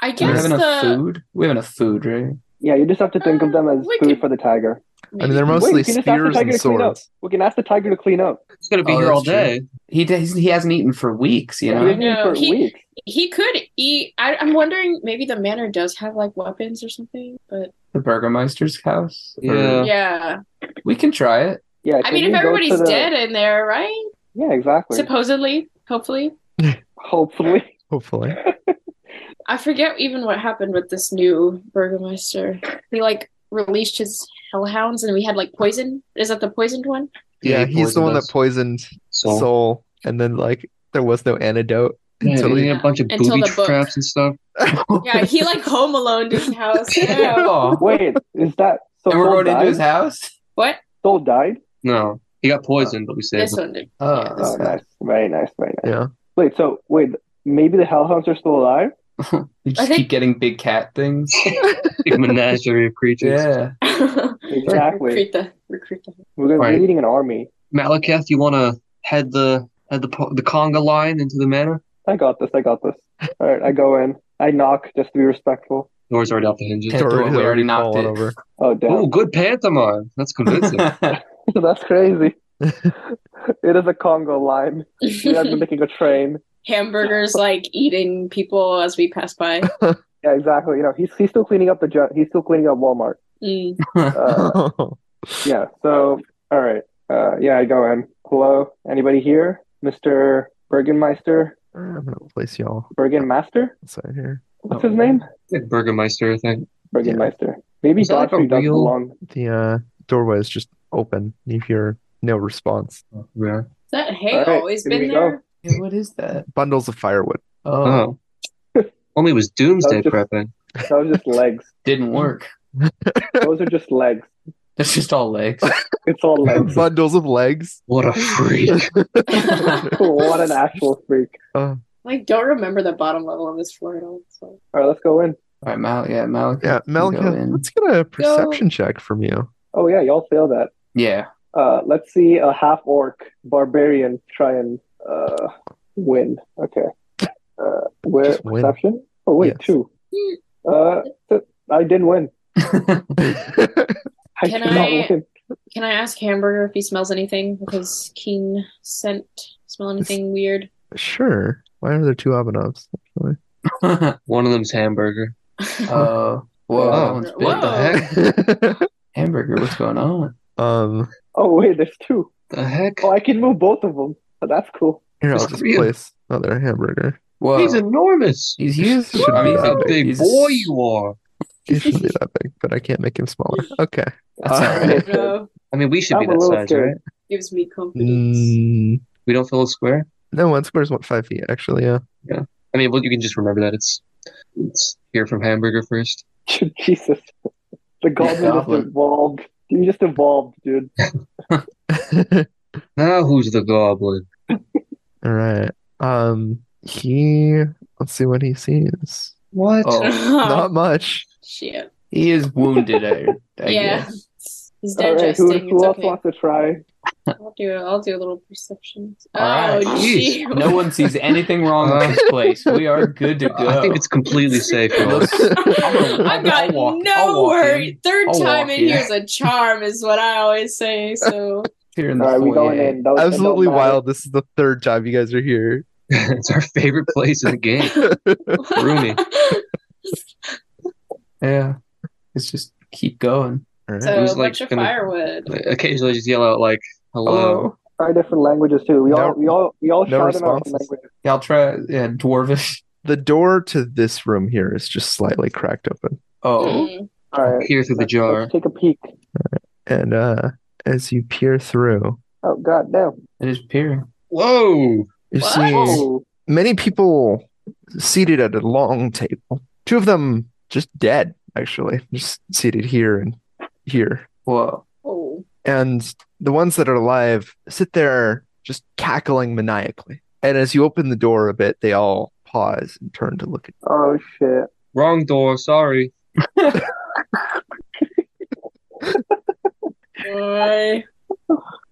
I Do we guess have enough the food? We have enough food, right? Yeah, you just have to think of them as We food can- for the tiger. I mean they're Wait, mostly we can just ask the spears tiger and to clean up. swords. We can ask the tiger to clean up. He's gonna be Oh, here all that's true. day. He does, he hasn't eaten for weeks, you He know. hasn't eaten No, for he- weeks. he could eat I, I'm wondering maybe the manor does have like weapons or something, but The Burgermeister's house. Or- Yeah. yeah. we can try it. Yeah, I can mean you if go to everybody's the- dead in there, right? Yeah, exactly. supposedly hopefully Hopefully, Hopefully. i forget even what happened with this new burgomaster he like released his hellhounds and we had like poison is that the poisoned one Yeah, he he's the poisoned one us. that poisoned So- Soul and then like there was no antidote Yeah, until they he had a bunch of Until booby the book. traps and stuff. yeah he like home alone in his house yeah. Oh. wait, is that so? and we're Soul going died? into his house. what Soul died. No, he got poisoned, but we saved this him. one did Oh, Yeah, Oh, okay. nice, very nice, very nice. Yeah. Wait, so wait, maybe the hellhounds are still alive? You I just think- keep getting big cat things. Big menagerie of creatures. yeah. Exactly. recruit the recruit the We're gonna Right. be leading an army. Malaketh, you want to head the head the po- the conga line into the manor? I got this. I got this. All right, I go in. I knock just to be respectful. Doors already off the hinges. Yeah. Dor- door, we Dor- already knocked fallen it. over. Oh Oh, damn, good pantomime. That's convincing. that's crazy. it is a Congo line. You guys are making a train. hamburgers like eating people as we pass by Yeah, exactly. You know, he's he's still cleaning up the ju- he's still cleaning up Walmart. Mm. Uh, yeah. So all right. Uh, yeah, I go in. Hello, anybody here, Mister Bergenmeister, I'm gonna place y'all Bergenmaster? outside here. What's his name? Like Burgermeister, I think. Bergenmeister. Maybe Is that like Godfrey a does real- belong. The uh, doorway is just open. You hear no response. Oh, Yeah. that hay All right, always here been we go. there? Yeah, what is that? Bundles of firewood. Oh, Oh. Only it was doomsday That's just- prepping. That was just legs. didn't Mm. work. Those are just legs. That's just all legs. It's all legs. Bundles of legs. What a freak. what an actual freak. Uh, like, don't remember the bottom level of this floor at all. So. All right, let's go in. All right, Mal. Yeah, Malik. Yeah, Go Malika, in. let's get a perception check from you. Oh yeah, y'all failed that. Yeah. Uh, let's see a half orc barbarian try and uh, win. Okay. Uh, where Just win. perception? Oh wait, Yes. two. Uh, th- I didn't win. I Can did not I- win. Can I ask Hamburger if he smells anything with his keen scent? Smell anything weird? Sure. Why are there two Abanovs? Oh, One of them's hamburger. whoa, that one's big. Whoa. The heck? Hamburger, what's going on? um, Oh wait, there's two. The heck? Oh, I can move both of them. So that's cool. here, I'll There's just three of- place another hamburger. Whoa, He's enormous. he's huge. Woo! I mean, he's What a a big he's a- boy you are. He shouldn't be that big, but I can't make him smaller. Okay. That's all Uh, right. Bro, I mean, we should I'm be a that little size, scared. right? gives me confidence. Mm, We don't feel a square. no, one square is what five feet actually. Yeah. I mean, well, you can just remember that it's it's here from hamburger first. Jesus, the goblin just Goblin. evolved. You just evolved, dude. Now who's the goblin? All right. Um, he. Let's see what he sees. What? Oh, Not much. Shit. he is wounded. I, I yeah. guess. He's All right, digesting. who, who else it's okay. wants to try? I'll do. I'll do a little perception. All right. oh, Jeez. jeez. No one sees anything wrong with this place. We are good to go. I think it's completely safe. y'all. Let's- I've I'll got walk- I'll no walk word. in. Third I'll time walk in in. here's a charm, is what I always say. So Here in All the right, we going foyer. in. That was- that don't Absolutely matter. wild. This is the third time you guys are here. it's our favorite place in the game. Roomy. Yeah, it's just keep going. All right. so It a was like bunch of gonna- firewood. Like, Occasionally, I just yell out like, "Hello." Try different languages too. We all No- we all we all no shout in our own responses. languages. Yeah, I'll try. Yeah, dwarvish. the door to this room here is just slightly cracked open, Oh, Mm. All right, Here through the let's- jar. Let's take a peek. and uh, as you peer through, Oh god damn! Hmm? it is peering. Whoa! you What? see Oh, many people seated at a long table. Two of them just dead, actually, just seated here and here. Whoa. Oh, And the ones that are alive sit there just cackling maniacally. And as you open the door a bit, they all pause and turn to look at oh shit! Wrong door. Sorry. boy. I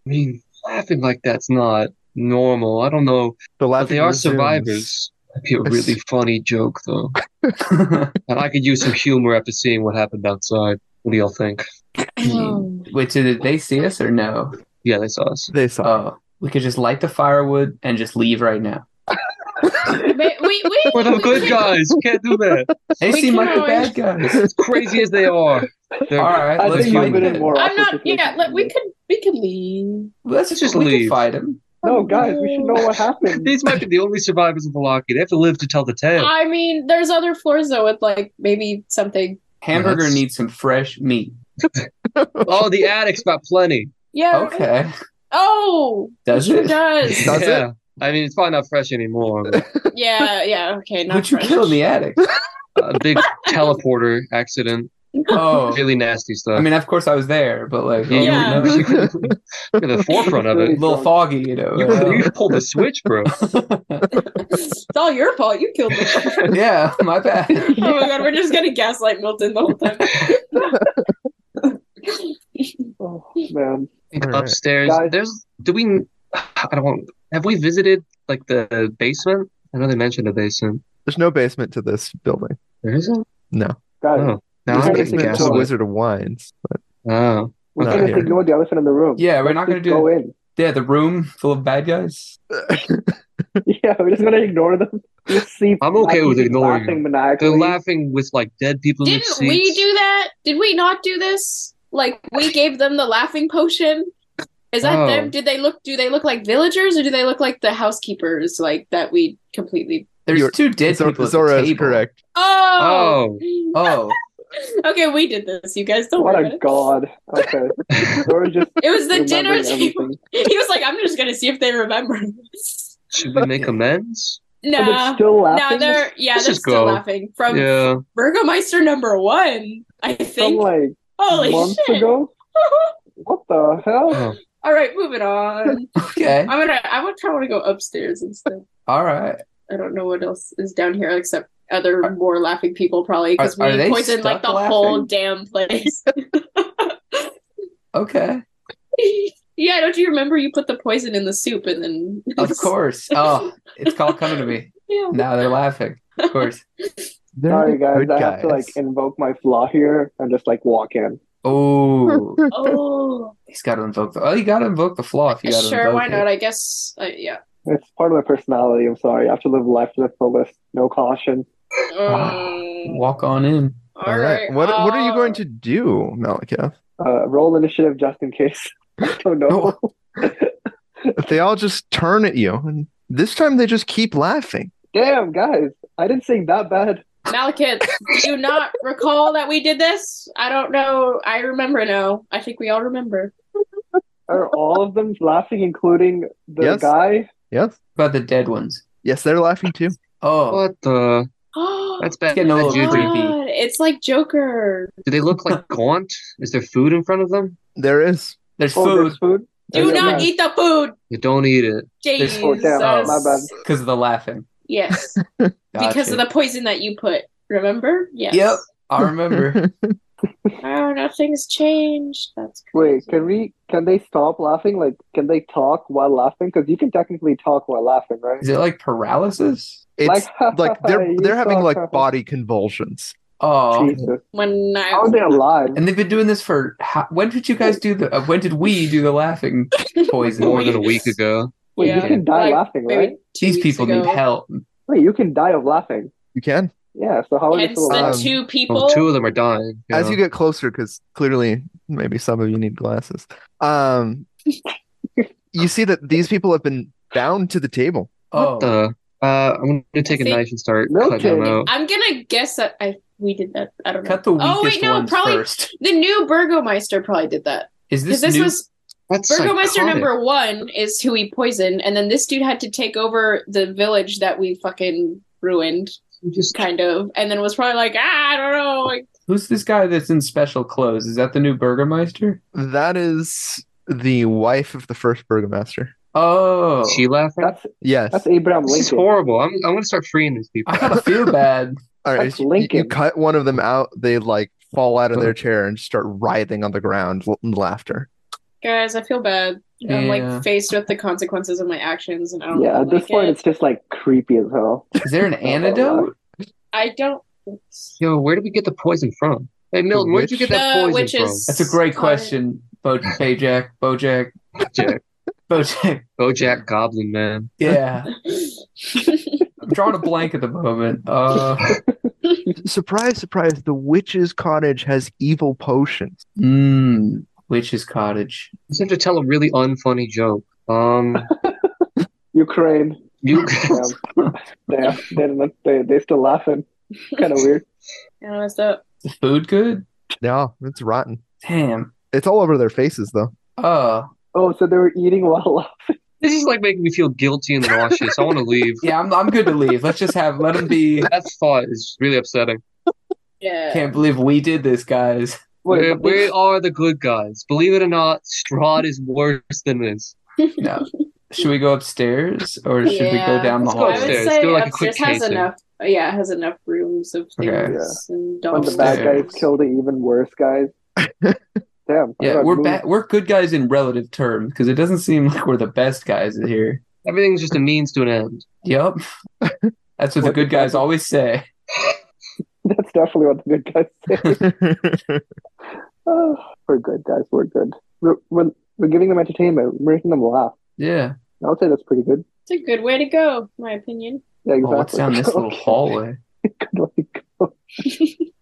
mean, laughing like that's not normal. I don't know, the but they laughing are resumes. survivors. That'd be a Yes. really funny joke, though. And I could use some humor after seeing what happened outside. What do y'all think? Um, Wait, so did they see us or no? Yeah, they saw us. They saw. Oh, we could just light the firewood and just leave right now. but we, we, We're the we good can- guys. Can't do that. They We seem can like the always- bad guys. As crazy as they are, they're, All right, I let's think you've fight been them. in more. I'm awkward not. Yeah, situations let, we than could we could leave. Let's just just we leave. can fight them. this. No, guys, we should know what happened. these might be the only survivors of Milwaukee. They have to live to tell the tale. I mean, there's other floors though with like maybe something. Hamburger That's- needs some fresh meat. Oh, the attic's got plenty. Yeah. right? Okay, Oh, does it it? does. Does it? yeah. I mean, it's probably not fresh anymore. But yeah. Yeah. Okay. Not Would you fresh. kill in the attic? a big teleporter accident. Oh, Really nasty stuff. I mean, of course I was there, but like, oh, Yeah. no. you were at the forefront of a it. little foggy, you know. You, uh, you pulled the switch, bro. it's all your fault. You killed me. yeah, my bad. Oh my god, we're just gonna gaslight Milton the whole time. Oh man, All right. Upstairs, Guys. there's. Do we? I don't want. Have we visited like the basement? I know they mentioned a basement. There's no basement to this building. There isn't. No. guys, Oh, now There's I'm no getting basement to the gaslit. Wizard of Wines. But Oh, we Not can just here. ignore the elephant in the room. Yeah, we're not Let's gonna just do go it. in. Yeah, the room full of bad guys. Yeah, we're just gonna ignore them. Just see. I'm okay with people ignoring laughing them. maniacally. they're laughing with like dead people in Didn't their we seats. do that? Did we not do this? Like we gave them the laughing potion. Is that Oh. them? Did they look? Do they look like villagers, or do they look like the housekeepers? Like that we completely. There's You're- two dead Zora, people. at the Zora is table. correct. Oh, Oh, okay, we did this. You guys don't What worry a about it. god. Okay. Or just It was the dinner remembering table. everything. He was like, I'm just gonna see if they remember this. Should we make amends? But it's No. still No, laughing. they're yeah, Let's they're just still go. laughing. From Yeah. Burgomeister number one, I from think. like Holy months shit. ago. What the hell? Oh, All right, moving on. Okay. I'm gonna I would kinda wanna go upstairs instead. All right. I don't know what else is down here except other more laughing people probably because Are- are we they poisoned like stuck the whole laughing? damn place. Okay. yeah, don't you remember you put the poison in the soup and then Of course. Oh, it's called coming to me. Yeah. Now they're laughing. Of course. They're Sorry the guys, good I have to like guys. invoke my flaw here and just like walk in. Oh, Oh, he's got to invoke the. Oh, you got to invoke the flaw if you got to sure. invoke Why it. not? I guess. Uh, yeah. It's part of my personality, I'm sorry. I have to live life to the fullest. No caution. Ah, Um, Walk on in. All right. What what are you uh, going to do, Malika? Uh, roll initiative just in case. oh no. If they all just turn at you, and this time they just keep laughing. Damn guys, I didn't sing that bad. Um, Malekith, do you not recall that we did this? I don't know. I remember now. I think we all remember. Are all of them laughing, including the Yes. guy? Yes, About the dead ones. yes, they're laughing too. Oh, what the? Oh, That's bad. getting a little Judy. creepy. It's like Joker. Do they look like gaunt? Is there food in front of them? There is. there's Oh, food there's food. Do Yeah, not yeah. eat the food. You don't eat it. There's- Jesus. Oh, damn, my bad. because of the laughing. Yes, because Gotcha. of the poison that you put. Remember? Yes. Yep. I remember. Oh, nothing's changed. That's Wait, crazy. can we? Can they stop laughing? Like, can they talk while laughing? Because you can technically talk while laughing, right? Is it like paralysis? It's Like- like they're You they're having saw like her. body convulsions. Oh, Jesus, when I how are they alive? and they've been doing this for. How, when did you guys do the? Uh, when did we do the laughing poison? More than a week ago. Wait, Yeah. you can die Like, laughing, maybe right? two These weeks people ago. need help. Wait, you can die of laughing. You can Yeah. So how are they Hence still the alive? Um, two people. Well, two of them are dying. as you get closer, because clearly maybe some of you need glasses. Um, you see that these people have been bound to the table. Oh, What the? Uh, I'm going to take a Think- knife and start No cutting them kidding. out. I'm gonna guess that I we did that. I don't know. cut the weakest oh wait, no, ones probably first. the new Burgomeister probably did that Is because this, this, new? was That's Burgomeister psychotic. number one is who he poisoned, and then this dude had to take over the village that we fucking ruined, You Just kind of, and then was probably like, ah, I don't know, like, Who's this guy that's in special clothes? Is that the new Burgermeister? That is the wife of the first burgomaster. Oh, Is she laughing? That's Yes. that's Abraham This is Lincoln. horrible. I'm, I'm going to start freeing these people. I gotta feel bad. All right, That's you- you, Lincoln. cut one of them out, they like fall out of their chair and start writhing on the ground l- in laughter. guys, I feel bad. I'm Yeah. like faced with the consequences of my actions, and I don't. Yeah. At this like point, it. it's just like creepy as hell. Is there an antidote? I don't. Yo, where did we get the poison from? Hey, Milton, where'd you witch. get that The poison witch is- That's a great question, Bo- Bojack. Bojack. from? Bojack. Bojack. Bojack Goblin Man. Yeah, I'm drawing a blank at the moment. Uh, Surprise, surprise, the witch's cottage has evil potions. mm, Witch's Cottage. You seem to tell a really unfunny joke. Um, Ukraine. you Damn. Damn. They didn't- They they still laughing. Kind of weird. I don't know what's up. Is the food good? No, it's rotten. Damn. It's all over their faces, though. Oh, Oh, so they were eating while laughing. this is like making me feel guilty and nauseous. I want to leave. yeah. I'm, I'm good to leave. Let's just have let him be. That thought is really upsetting. Yeah. Can't believe we did this, guys. We, Wait, but we are the good guys. Believe it or not, Strahd is worse than this. No. Should we go upstairs or should we go Yeah. down the Let's go I hall? would upstairs. say Do, like, a quick upstairs has casing. enough. Yeah, has enough rooms of things Okay. and when dolls. the bad Upstairs. guys kill the even worse guys. Damn. I Yeah, got we're moved. ba- we're good guys in relative terms because it doesn't seem like we're the best guys in here. Everything's just a means to an end. Yep. That's what the What good the guys fuck? always say. That's definitely what the good guys say. Oh, we're good guys. We're good. We're, we're we're giving them entertainment. We're making them laugh. Yeah. I'll say that's pretty good. It's a good way to go, in my opinion. Yeah, Oh, exactly. what's down this little Okay. hallway? Good way to go.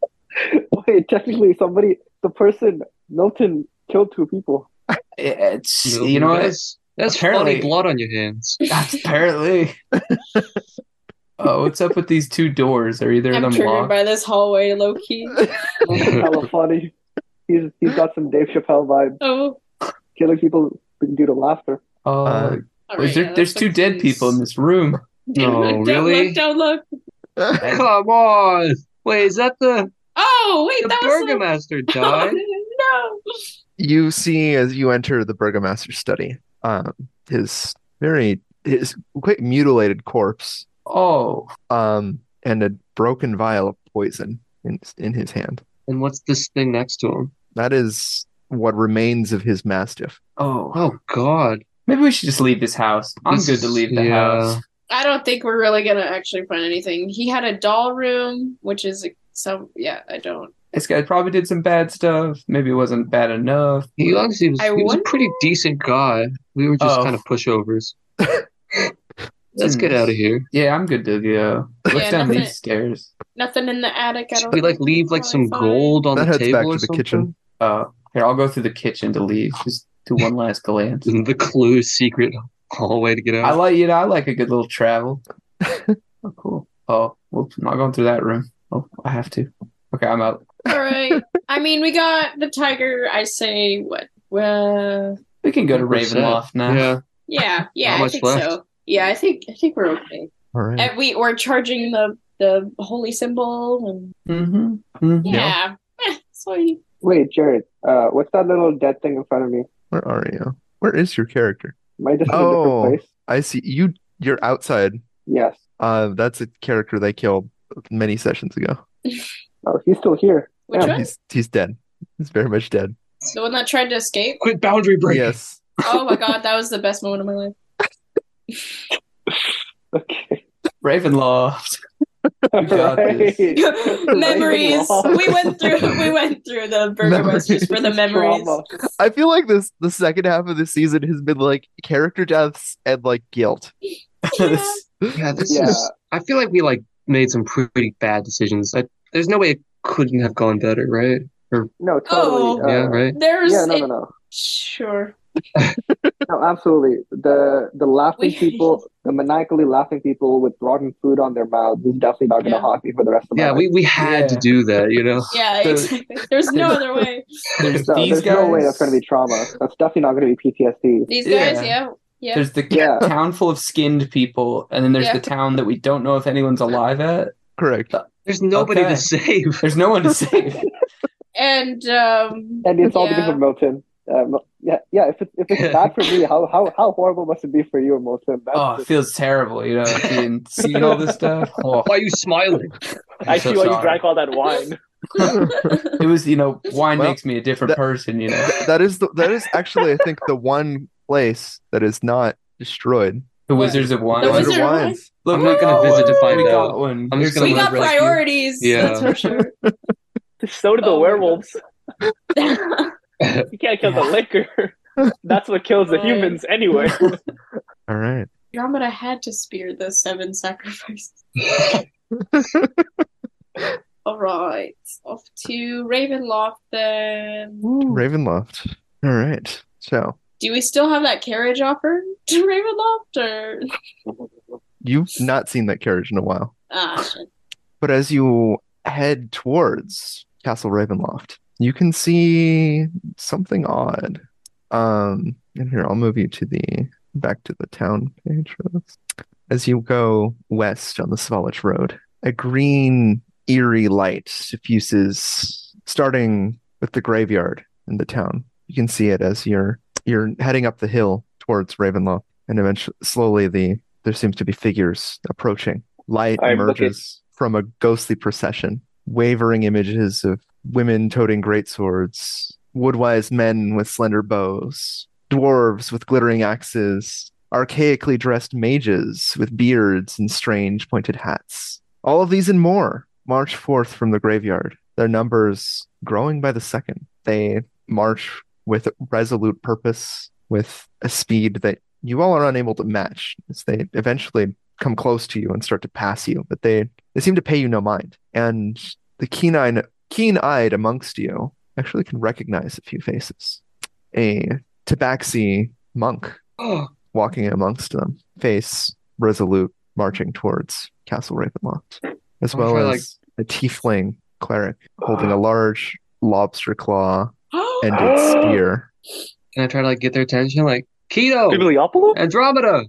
Wait, technically, somebody, the person Milton killed two people. It's you know what? that's, that's Apparently- funny blood on your hands. That's apparently Oh, what's up with these two doors? Are either of I'm them triggered locked? by this hallway, low key. Hella funny. He's he's got some Dave Chappelle vibe. Oh, Killing people due to laughter. Oh, Uh, all is right, there, yeah, there's that's two what dead it people in is. this room. Down No, look, down really? look, down look. Come on. Wait, is that the, Oh, wait, the that was so- burgomaster died? Oh, no. you see as you enter the burgomaster's study, um, his very his quite mutilated corpse, Oh, um, and a broken vial of poison in in his hand. And what's this thing next to him? That is what remains of his mastiff. oh. Oh, God. Maybe we should just leave this house. I'm This good to is- leave the yeah. house. I don't think we're really gonna actually find anything. He had a doll room, which is a- some. Yeah, I don't. This guy probably did some bad stuff. Maybe it wasn't bad enough. He honestly was, I he was a wonder- pretty decent guy. We were just Oh. kind of pushovers. Let's Hmm. get out of here. Yeah, I'm good to go. Let's Yeah, down nothing, these stairs. nothing in the attic. I Should don't. we like think leave we'll like some probably find. gold on That the heads table back or to the something? kitchen. Uh, here, I'll go through the kitchen to leave. Just do one last glance. The clue secret hallway to get I out. like you know, I like a good little travel. oh, cool. Oh, well, I'm not going through that room. Oh, I have to. Okay, I'm out. All right. I mean, we got the tiger. I say what? Well, We can go to 100%. Ravenloft now. yeah. yeah, yeah. Not I much think left. so. Yeah, I think I think we're okay. All right. And we we're charging the the holy symbol and Mm-hmm. yeah. Eh, so you- Wait, Jared, uh, what's that little dead thing in front of me? Where are you? Where is your character? Am I just in a Oh. different place? I see you. You're outside. Yes. Uh, that's a character they killed many sessions ago. Oh, he's still here. which Yeah. one? He's he's dead. He's very much dead. The one that tried to escape. Quit boundary breaking. Yes. Oh my god, that was the best moment of my life. Okay. Ravenloft. got this. memories. we went through. We went through the burgermasters for the memories. Trauma. I feel like this the second half of the season has been like character deaths and like guilt. Yeah. Yeah, this Yeah. is. I feel like we like made some pretty bad decisions. I, there's no way it couldn't have gone better, right? No, totally. Oh. uh, yeah, right. There's Yeah, no, it- no, no, sure. no, absolutely. The the laughing We- people, the maniacally laughing people with rotten food on their mouths is definitely not going to Yeah. haunt me for the rest of my Yeah, life. we we had to Yeah. do that, you know. Yeah, The- exactly. There's no other way. There's No, these there's guys. no way that's going to be trauma. That's definitely not going to be PTSD. These Yeah. guys, yeah, yeah. There's the Yeah. town full of skinned people, and then there's Yeah. the town that we don't know if anyone's alive at. Correct. There's nobody Okay. to save. There's no one to save. and um, And it's all yeah. because of Milton. Uh, Mil- yeah, yeah. If it's if it's bad for me, how how how horrible must it be for you, Milton? That's oh, it just- feels terrible, you know, being, seeing all this stuff. Oh, Why are you smiling? I'm I so see why you sorry. drank all that wine. It was, you know, wine Well, makes me a different that- person, you know. That is the that is actually I think the one place that is not destroyed. The What? Wizards of Wine. The Wizard Wizard of Wine. Wine? Look, I'm not we gonna got visit to one. find we out. Got one. I'm just There's gonna we someone got let rescue. priorities. Yeah. That's for sure. So do the Oh my werewolves. That's You can't kill Yeah. the liquor. That's what kills the Right. humans anyway. All right. Andromeda had to spear the seven sacrifices. All right, off to Ravenloft then. Ravenloft. All right. So Do we still have that carriage offer to Ravenloft? Or you've not seen that carriage in a while. ah, shit. But as you head towards Castle Ravenloft, you can see something odd. Um, and here I'll move you to the back to the town page. for this. As you go west on the Svalich Road, a green eerie light diffuses, starting with the graveyard in the town. You can see it as you're you're heading up the hill towards Ravenloft, and eventually, slowly, the there seems to be figures approaching. Light I'm looking- emerges from a ghostly procession, wavering images of women toting greatswords, woodwise men with slender bows, dwarves with glittering axes, archaically dressed mages with beards and strange pointed hats. All of these and more march forth from the graveyard, their numbers growing by the second. They march with resolute purpose, with a speed that you all are unable to match as they eventually come close to you and start to pass you, but they, they seem to pay you no mind. And the keen eyed keen eyed amongst you actually can recognize a few faces. A tabaxi monk Oh, walking amongst them, face resolute, marching towards Castle Ravenloft, as I'm well trying, as a tiefling cleric holding a large lobster claw and ended spear. Can I try to like get their attention? Like Keto, Bibliopolis? Andromeda.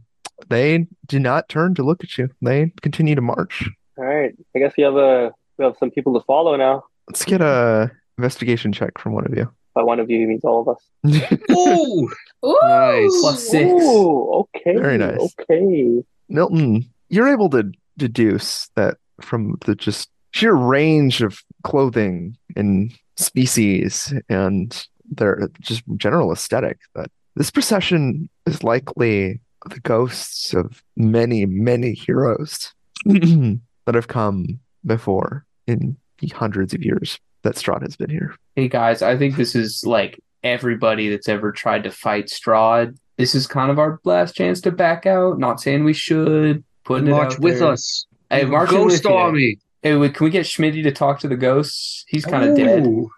They do not turn to look at you. They continue to march. All right. I guess we have a we have some people to follow now. Let's get a investigation check from one of you. By one of you, he means all of us. Ooh, Ooh, Nice. Oh, Plus six. Ooh, okay. Very nice. Okay. Milton, you're able to deduce that from the just sheer range of clothing and species and their just general aesthetic that this procession is likely the ghosts of many, many heroes that have come before in the hundreds of years that Strahd has been here. Hey guys, I think this is like everybody that's ever tried to fight Strahd. This is kind of our last chance to back out. Not saying we should. Putting it march out with there. us. Hey, march in with Ghost you. army. Hey, wait, can we get Schmitty to talk to the ghosts? He's kind of dead. Ooh.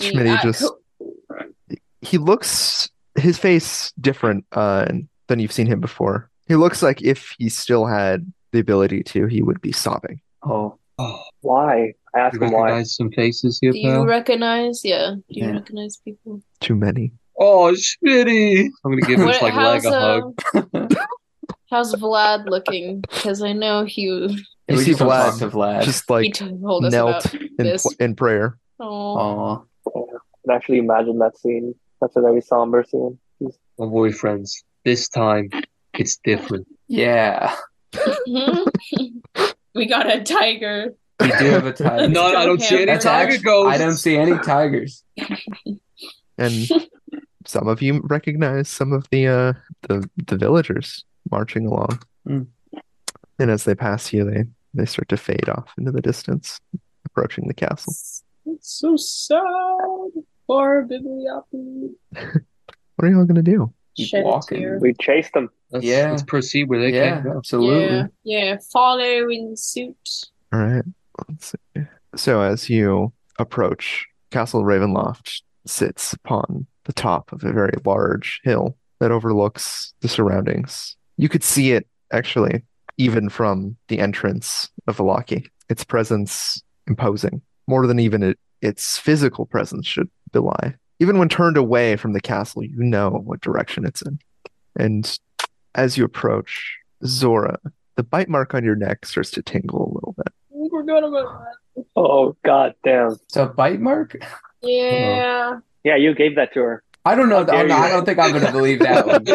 Schmitty yeah, just who- he looks his face different uh, than you've seen him before. He looks like if he still had the ability to, he would be sobbing. Oh, Oh, Why? I asked you him why. recognize some faces here, Do you pal? recognize? Yeah. Do you Yeah. recognize people? Too many. oh, Schmitty. I'm gonna give his What- like leg how's, a hug. um, how's Vlad looking? Because I know he You we see can go Vlad talk to Vlad. Just he like told us knelt about in, this. pl- in prayer. Aw. Aw. I can actually imagine that scene. That's a very somber scene. My boyfriends. This time, it's different. yeah. Mhm. we got a tiger. We do have a tiger. No, I don't see any That's tiger act- ghosts. I don't see any tigers. And some of you recognize some of the uh, the the villagers marching along. Mm. And as they pass you, they they start to fade off into the distance, approaching the castle. It's so sad. Poor bibliopoly. What are y'all gonna do? Keep Shed a walking. tear. We chased them. Let's, Yeah. let's proceed where they yeah, came from. absolutely. Yeah, yeah. Follow in suit. All right. Let's see. So as you approach, Castle Ravenloft sits upon the top of a very large hill that overlooks the surroundings. You could see it actually even from the entrance of Velaki. Its presence imposing, more than even it, its physical presence should belie. Even when turned away from the castle, you know what direction it's in. And as you approach, Zora, the bite mark on your neck starts to tingle a little bit. We forgot about that. Oh god damn. It's a bite mark? Uh-huh. Yeah. Yeah, you gave that to her. I don't know. How dare I'm not- you. I don't think I'm going to believe that one.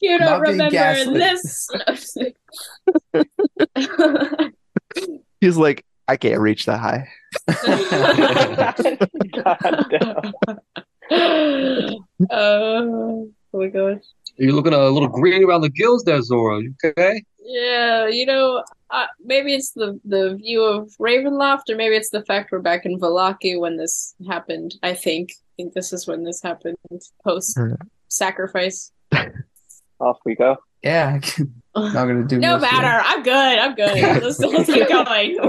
you Not don't being remember gaslit. this. He's like, I can't reach that high. god damn. oh my gosh. You're looking a little green around the gills there, Zora. You Okay? Yeah, you know, uh, maybe it's the the view of Ravenloft, or maybe it's the fact we're back in Valaki when this happened. I think, I think this is when this happened post Alright. sacrifice. Off we go. Yeah, I'm not going to do No much there. matter, I'm good. I'm good. Let's, let's keep going.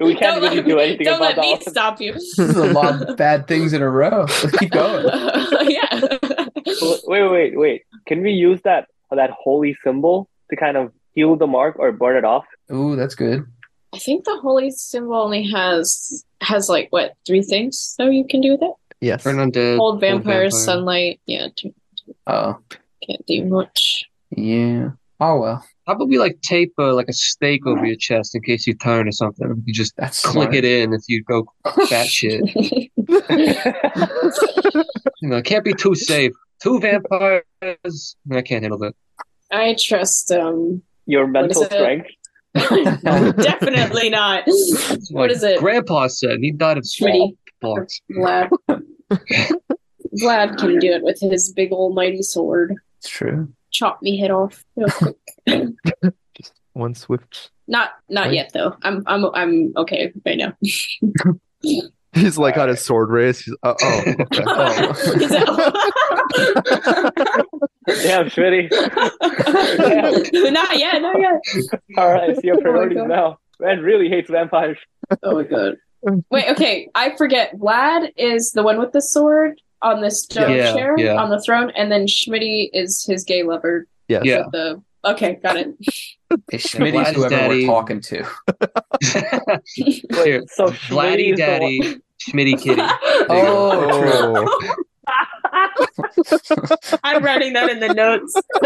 we can't Don't really let- do anything Don't about let that. me one. stop you. This is a lot of bad things in a row. Let's keep going. yeah. Wait, wait, wait, wait. Can we use that that holy symbol to kind of heal the mark or burn it off? Ooh, that's good. I think the holy symbol only has has like what three things though you can do with it. Yes. Turn undead. Old vampires, vampire. sunlight. Yeah, t- Oh, can't do much. yeah. Oh, well. How about we like tape uh, like a stake over your chest in case you turn or something? You just That's click smart. it in if you go fat shit. You know, it can't be too safe. Two vampires. I can't handle that. I trust um Your is mental it? strength. definitely not. It's What is it? Grandpa said he died of Schmitty. smallpox. Vlad. Vlad can do it with his big old mighty sword. It's true. Chop me head off. real quick. Just one swift. Not not Right. yet though. I'm I'm I'm okay right now. He's like on his sword race. He's, uh, oh, okay. Is that- Damn, Schmitty. not yet, not yet. All right, it's your priorities Oh God. now. Man really hates vampires. Oh my god. Wait, okay. I forget. Vlad is the one with the sword. on the stone Yeah, chair yeah. on the throne, and then Schmitty is his gay lover. Yes. Yeah. with The okay, got it. It's Schmitty's Gladys whoever Daddy. we're talking to. Here, So Schmitty Gladdy is the Daddy, Schmitty Kitty. Oh, I'm writing that in the notes.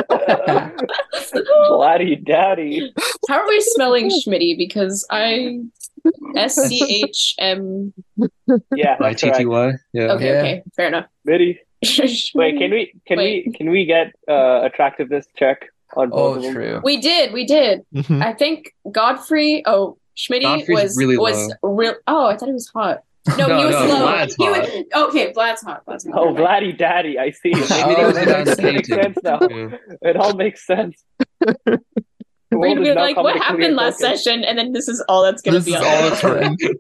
one- Gladdy Daddy. How are we spelling Schmitty? Because I S C H M. Yeah. I That's T right. T Y. Yeah. Okay, Yeah. okay, fair enough. Schmitty. Wait, can we can we Wait. can we get uh, attractiveness check on both of oh, them? true. We did, we did. Mhm. I think Godfrey. Oh, Schmitty Mm-hmm. Godfrey's was really was real. Oh, I thought he was hot. No, No, he was no, low. Vlad's he hot. Was, okay, Vlad's hot. Vlad's hot. Oh, Never mind. Gladdy Daddy. I see. Schmitty was it down makes skating. sense now. Yeah. It all makes sense. We're gonna be like, what happened last session? And then this is all that's gonna This be. is on all there. that's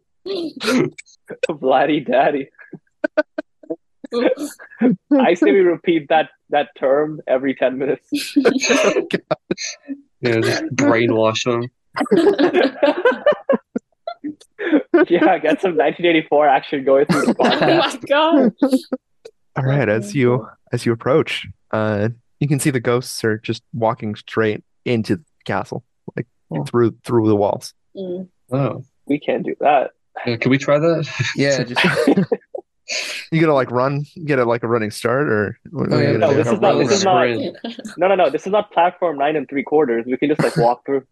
written. Bloody daddy. Ooh. I say we repeat that that term every ten minutes. yeah, just brainwash them. Yeah, get some 1984 action going through the oh my podcast. god! All right, as you as you approach, uh, you can see the ghosts are just walking straight into the castle, like Oh. through through the walls. Mm. Oh. We can't do that. Yeah, can we try that? Yeah, just You gonna like run, get a like a running start, or what Oh, are yeah, you no, gonna do? this is not- this is not- Sprint. No, no, no. This is not platform nine and three quarters. We can just like walk through.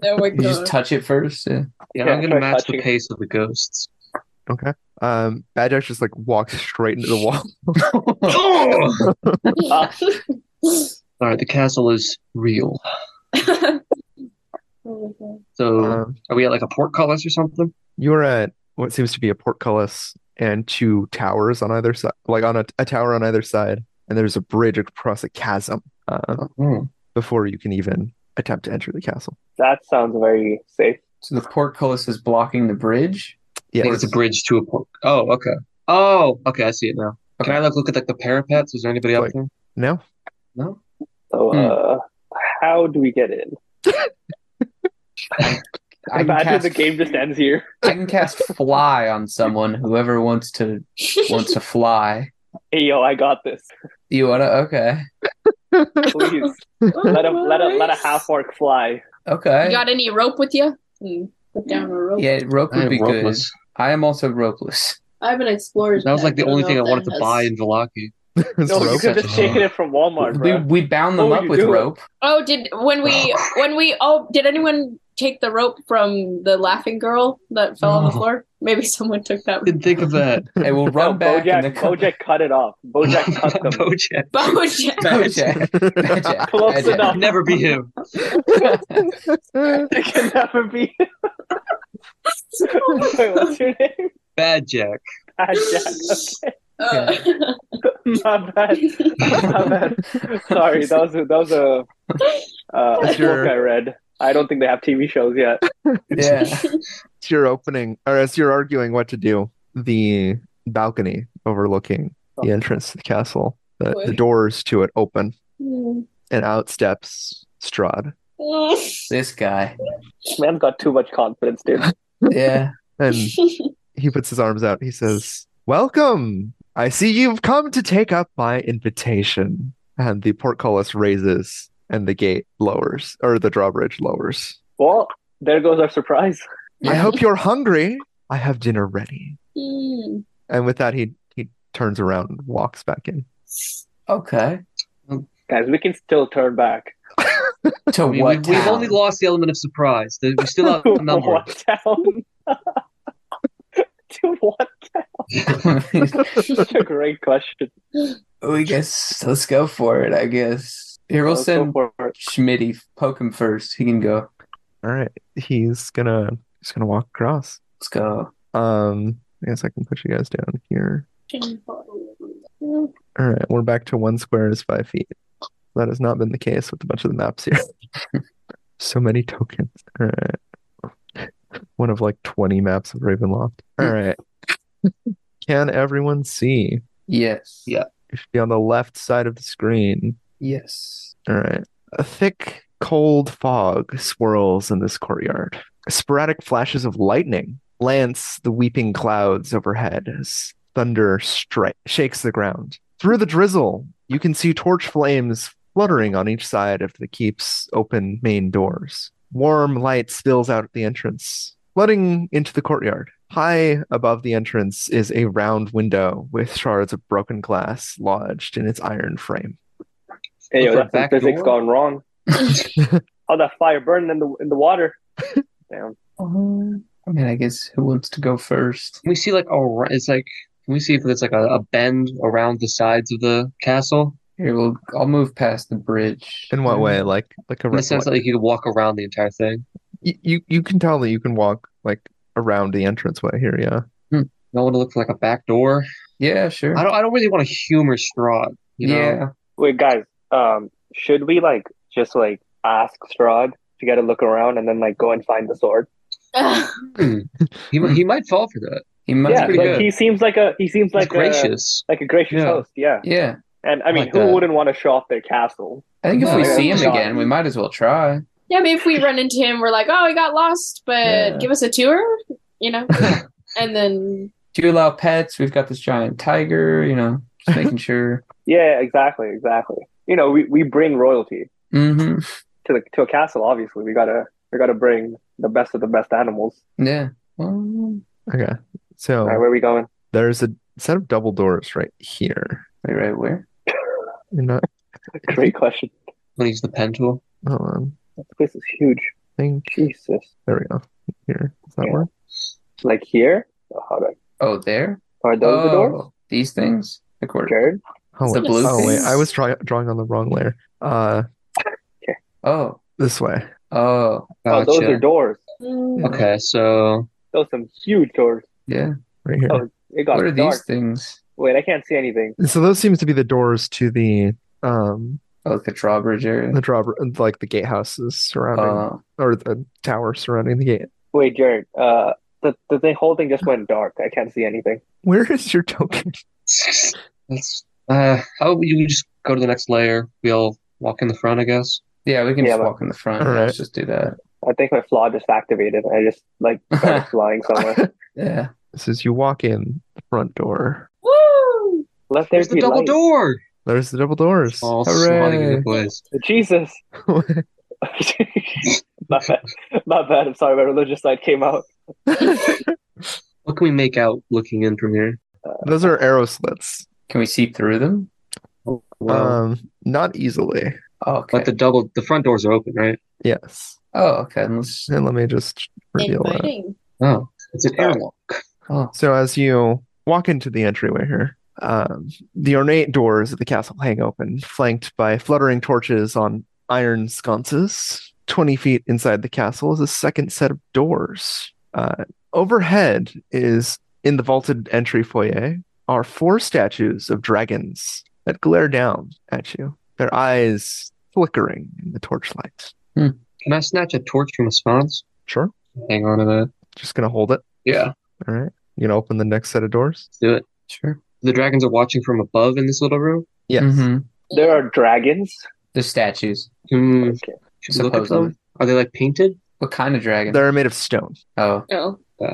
There we you Uh, just go. touch it first. Yeah. Yeah, Yeah, I'm gonna try match touching the it. pace of the ghosts. Um, Bad Jack just like walks straight into the wall. Oh! Ah. All right, the castle is real. Oh my God. So, Uh-huh. Um, are we at like a portcullis or something? you're at what seems to be a portcullis and two towers on either side, like on a, a tower on either side, and there's a bridge across a chasm uh, Oh. before you can even attempt to enter the castle. That sounds very safe. So the portcullis is blocking the bridge. I think Yes. it's a bridge to a port. Oh, okay. Oh, okay. I see it now. Can I Okay. like look at like the parapets? Is there anybody up Like- there? No. No. So, Hmm. uh, how do we get in? I can, Imagine cast, the game just ends here. I can cast fly on someone. Whoever wants to wants to fly. Hey, yo, I got this. You wanna? Okay. Please let a let a let a half orc fly. Okay. You got any rope with you? Hmm, Put down a rope. Yeah, rope I would am be good. ropeless. I am also ropeless. I haven't explored. That was like the only thing I wanted to buy in Velaki. It's No, you rope. could have just taken it from Walmart, We, bro. we bound What them would up you with do? rope. Oh, did when we when we oh did anyone take the rope from the laughing girl that fell on the Oh. floor? Maybe someone took that. Didn't think of that. And we'll No, run back and then Bojack, Bojack cut it off. Bojack cut them. Bojack. Bojack. Bojack. Bojack. Close Bojack. enough. Never be him. It can never be. Wait, what's your name? Bad Jack. Bad Jack. Uh, My bad. My bad. Sorry, that was that was a uh, a That's your- book I read. I don't think they have TV shows yet. Yeah. as you're opening or as you're arguing what to do, the balcony overlooking the entrance to the castle, the, the Boy. doors to it open, Hmm. and out steps Strahd. This guy. Man's got too much confidence, dude. Yeah. And he puts his arms out. He says, Welcome. I see you've come to take up my invitation. And the portcullis raises and the gate lowers, or the drawbridge lowers. Well, there goes our surprise. I Yeah. hope you're hungry. I have dinner ready. Hmm. And with that, he, he turns around and walks back in. Okay. Guys, we can still turn back. To I mean, what we've, we've town? only lost the element of surprise. There- We're still To outnumbered. what town? to what? Such a great question. we guess let's go for it. I guess here we'll Let's send go for it. Schmitty. Poke him first. He can go. All right. He's gonna he's gonna walk across. Let's go. Um I guess I can put you guys down here. All right, we're back to one square is five feet. That has not been the case with a bunch of the maps here. so many tokens. All right. One of like 20 maps of Ravenloft. All right. can everyone see? Yes. Yeah. You should be on the left side of the screen. Yes. All right. A thick, cold fog swirls in this courtyard. Sporadic flashes of lightning lance the weeping clouds overhead as thunder stri- shakes the ground. Through the drizzle, you can see torch flames fluttering on each side of the keep's open main doors. Warm light spills out at the entrance, flooding into the courtyard. High above the entrance is a round window with shards of broken glass lodged in its iron frame. Hey, yo, Look for that's some back physics door. gone wrong. All that fire burning in the in the water. Damn. Hmm. Um, I mean, I guess who wants to go first? Can we see like a? ra- It's like can we see if there's like a, a bend around the sides of the castle? Here, we'll, I'll move past the bridge. Um, In what Mm-hmm. way? Like like a In re- the sense that like you could walk around the entire thing. you, you you can tell that you can walk like around the entranceway here, yeah. I want to look for like a back door. Yeah, sure. I don't. I don't really want to humor Strahd. You know? yeah. Wait, guys. Um, should we like just like ask Strahd to get a look around and then like go and find the sword? Ugh. Hmm. He mi- he might fall for that. He might. yeah, pretty like good. he seems like a he seems He's like uh, a gracious. like a gracious Yeah. host. Yeah, yeah. and I mean, Like who that. wouldn't want to show off their castle? I think if No, we yeah, see him sure. again, we might as well try. yeah, maybe if we run into him, we're like, oh, we got lost, but Yeah. give us a tour, you know? and then, Do you allow pets? We've got this giant tiger, you know, just making sure. Yeah, exactly, exactly. You know, we, we bring royalty hmm to the to a castle. Obviously, we gotta we gotta bring the best of the best animals. Yeah. Well, Okay. So Oh. All right, where are we going? there's a set of double doors right here. wait, right where? You're not Great question. When he's the pen tool. hold on. This is huge. I think Jesus. there we go. Here. Does that Yeah. work? Like here? Oh, hold on. Oh, there. Are those the Oh, doors? These things. The court. Jared? Oh It's wait. the blue Oh wait. thing. I was try- drawing on the wrong layer. Uh Oh. this way. Oh. Oh, those are doors. mm, Okay, so Those are some huge doors. Yeah. Right here. Oh, It got What are dark. these things? Wait, I can't see anything. So those seems to be the doors to the um Oh, like the drawbridge area. the drawbr like the gatehouses surrounding Oh. or the tower surrounding the gate. Wait, Jared, uh, the, the, the whole thing just went dark. I can't see anything. Where is your token? let's. Uh, how about you just go to the next layer? We'll walk in the front, I guess. Yeah, we can Yeah, just but- walk in the front. All right. Let's just do that. I think my flaw just activated. I just, like, started flying somewhere. Yeah. This is you walk in the front door. Woo! Let there There's be the double light. door. There's the double doors. All Hooray. sliding into place. Jesus. my, bad. my bad. I'm sorry. My religious side came out. What can we make out looking in from here? Those are arrow slits. Can we see through them? Uh, Well, Um, not easily. Oh, okay. but the double, the front doors are open, right? Yes. oh, okay. Let's. And let me just reveal that. Inviting. Oh, it's Uh, an airlock. Oh. So as you walk into the entryway here, um, the ornate doors of the castle hang open, flanked by fluttering torches on iron sconces. Twenty feet inside the castle is a second set of doors. Uh, overhead is in the vaulted entry foyer are four statues of dragons that glare down at you, their eyes flickering in the torchlight. Can I snatch a torch from a sconce? Sure, Hang on to that. just gonna hold it. Yeah, All right, you gonna open the next set of doors? let's do it. Sure. The dragons are watching from above in this little room. Yes. hmm There are dragons. The statues. Hmm, Okay. should we look at Supposedly. them? Are they like painted? What kind of dragon? They're made of stone. oh. Oh. Yeah.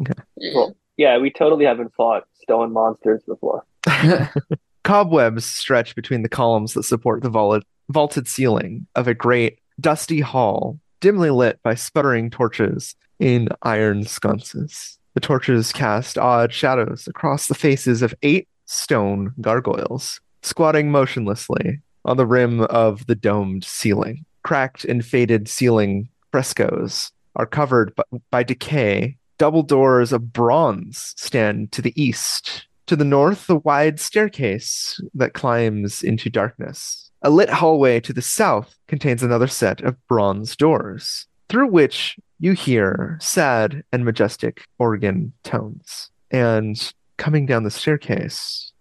Okay. Mm. Well, yeah, we totally haven't fought stone monsters before. Cobwebs stretch between the columns that support the vault- vaulted ceiling of a great, dusty hall, dimly lit by sputtering torches in iron sconces. The torches cast odd shadows across the faces of eight stone gargoyles, squatting motionlessly on the rim of the domed ceiling. Cracked and faded ceiling frescoes are covered by, by decay. Double doors of bronze stand to the east. To the north, a wide staircase that climbs into darkness. A lit hallway to the south contains another set of bronze doors, through which you hear sad and majestic organ tones. And coming down the staircase,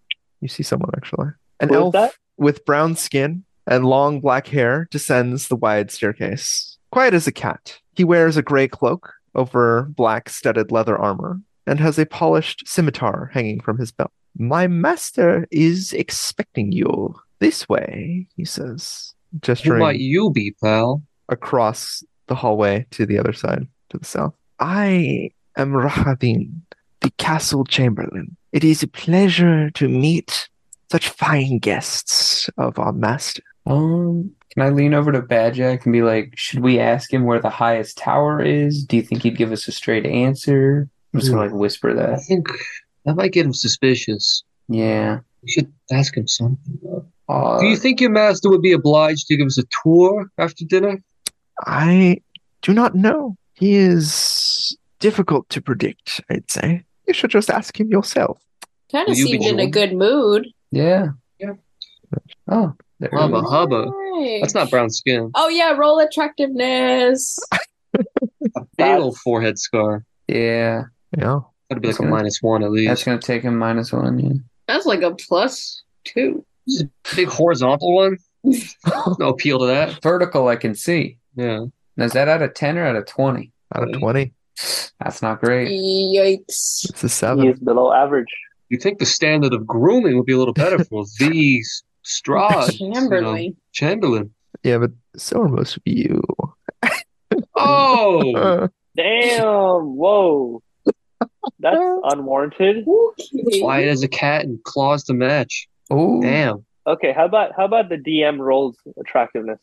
you see someone actually. An Who is elf that? with brown skin and long black hair descends the wide staircase, quiet as a cat. He wears a gray cloak over black studded leather armor and has a polished scimitar hanging from his belt. My master is expecting you. This way, he says, Who gesturing might you be, pal? across the hallway to the other side, to the south. I am Rahadin, the castle chamberlain. It is a pleasure to meet such fine guests of our master. Um, can I lean over to Badjack and be like, should we ask him where the highest tower is? Do you think he'd give us a straight answer? I'm just gonna like whisper I that. think that might get him suspicious. Yeah. We should ask him something. though. Uh, Do you think your master would be obliged to give us a tour after dinner? I do not know. He is difficult to predict, I'd say. You should just ask him yourself. Kind Will of you be seemed in a joining? good mood. yeah. Yeah. Oh, there it Hubba is. hubba. Right. That's not brown skin. Oh yeah, roll attractiveness. Fatal forehead scar. Yeah. Yeah. That'd be like That's a good. minus one at That's least. gonna take him minus one, yeah. That's like a plus two. Big horizontal one. No appeal to that. Vertical I can see. Yeah. Now, is that out of ten or out of twenty? Out of Okay. 20. That's not great. Yikes. It's a He 7. is below average. You think the standard of grooming would be a little better for these Strahd, you know, Chamberlain. Chamberlain. Yeah, but so are most of you. Oh, Uh, Damn! Whoa! That's unwarranted. Okay. quiet as a cat and claws to match. Oh Damn. Okay, how about how about the DM rolls attractiveness?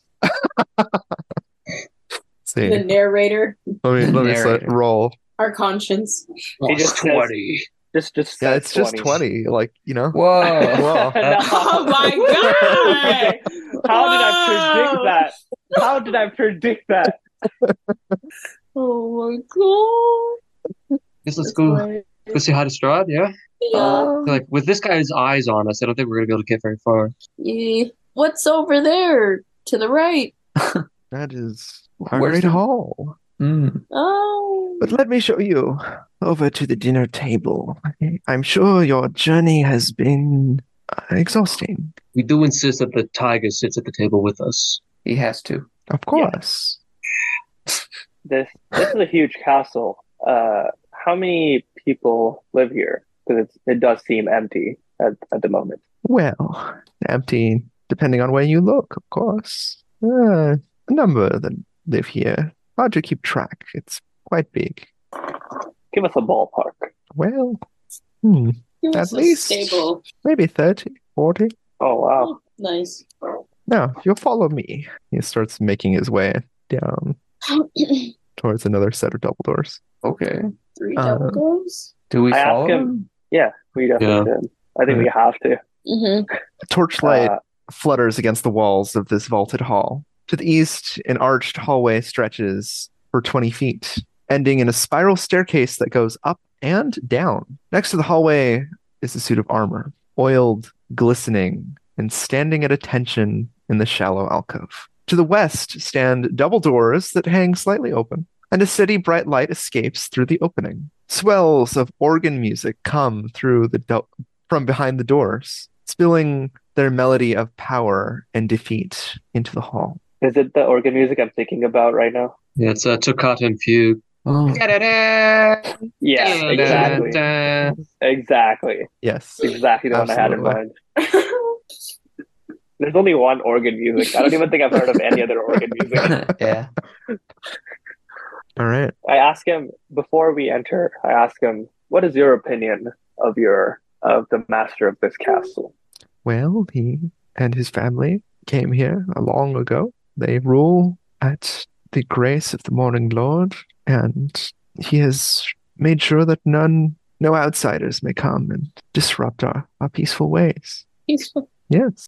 see. The narrator, Let me The let me sl- narrator. roll. our conscience. Plus just says- Oh, twenty. Just just Yeah, says it's just 20, like, you know. Whoa. Wow. No. Oh my god! How did I predict that? How did I predict that? Oh Guess let's my god! go. Oh, Go see how to Strahd. Yeah. Yeah. Um, Like with this guy's eyes on us, I don't think we're gonna be able to get very far. yeah. What's over there to the right? that is our Where's great the- hall. Mm. Oh, But let me show you over to the dinner table. I'm sure your journey has been uh, exhausting. We do insist that the tiger sits at the table with us. He has to. Of course. This this is a huge castle. Uh, how many people live here? Because it does seem empty at, at the moment. Well, empty, depending on where you look, of course. Uh, a number that live here. Hard to keep track. It's quite big. Give us a ballpark. Well, hmm, you're at so least. stable. maybe 30, 40. Oh wow! Nice. No, you'll follow me. He starts making his way down Three towards another set of double doors. Okay. Uh, double goes. Do we I ask follow him- him? We definitely did. I think we have to. Uh, hmm Torchlight flutters against the walls of this vaulted hall. To the east, an arched hallway stretches for 20 feet, ending in a spiral staircase that goes up and down. Next to the hallway is a suit of armor, oiled, glistening, and standing at attention in the shallow alcove. To the west stand double doors that hang slightly open, and a steady bright light escapes through the opening. Swells of organ music come through the do- from behind the doors, spilling their melody of power and defeat into the hall. Uh, is it the organ music I'm thinking about right now? Yeah, it's a Toccata and Fugue. Oh. Yeah, Yeah, exactly, exactly, Yes. exactly the one I had in Absolutely. mind. There's only one organ music. I don't even think I've heard of any other organ music. yeah. All right. I ask him before we enter. I ask him, "What is your opinion of your of the master of this castle?" Well, he and his family came here a long ago. They rule at the grace of the Morning Lord, and he has made sure that none, no outsiders may come and disrupt our, our peaceful ways. Yes.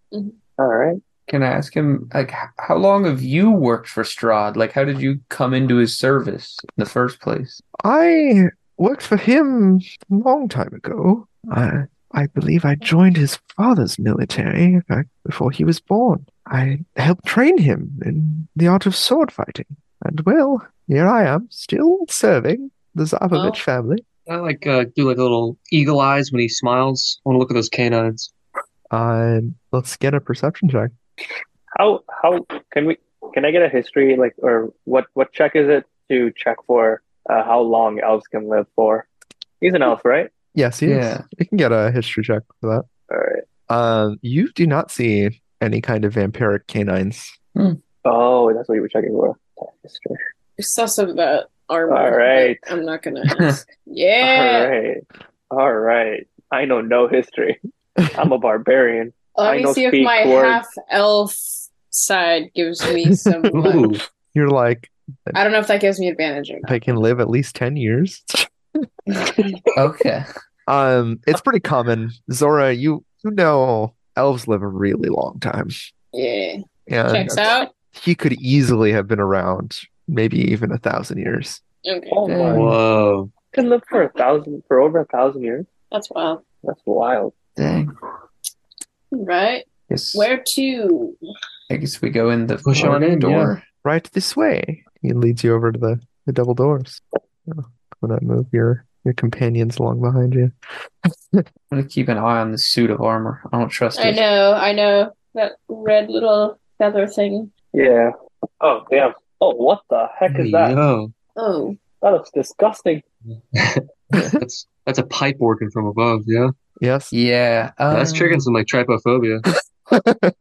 All right. Can I ask him like h- how long have you worked for Strahd? Like how did you come into his service in the first place? I worked for him a long time ago. I, I believe I joined his father's military back before he was born. I helped train him in the art of sword fighting. And well, here I am, still serving the Zapovich Wow. family. I like uh, do like little eagle eyes when he smiles. I want to look at those canines. Uh, let's get a perception check. How how can we can I get a history like or what what check is it to check for uh, how long elves can live for? He's an elf, right? Yes, he is. Yeah. You can get a history check for All right. that. Um, you do not see any kind of vampiric canines. Oh, that's what you were checking for. History. Obsessive about armor. All right. I'm not gonna ask. Yeah. All right. All right. I know no history. I'm a barbarian. Let I me don't see if speak my words. half elf side gives me some. luck. Ooh, You're like, I don't know if that gives me advantage or I can live at least 10 years. not. Okay. Um, it's pretty common. Zora, you you know elves live a really long time. yeah, And checks out. he could easily have been around maybe even a thousand years. Okay, Oh my! Dang. whoa. Can live for a thousand, for over a thousand years. that's wild. That's wild. Dang. Right? Yes. Where to? I guess we go in the Push on forward in, door. Right this way. He leads you over to the, the double doors. Oh, do not move your your companions along behind you. I'm gonna keep an eye on this suit of armor. I don't trust I it. know, I know that red little feather thing. Yeah. Oh damn. Oh, what the heck is that? Yo. Oh, That looks disgusting. That's that's a pipe working from above, yeah. Yes. Yeah. Um, That's triggering some like trypophobia. Ew.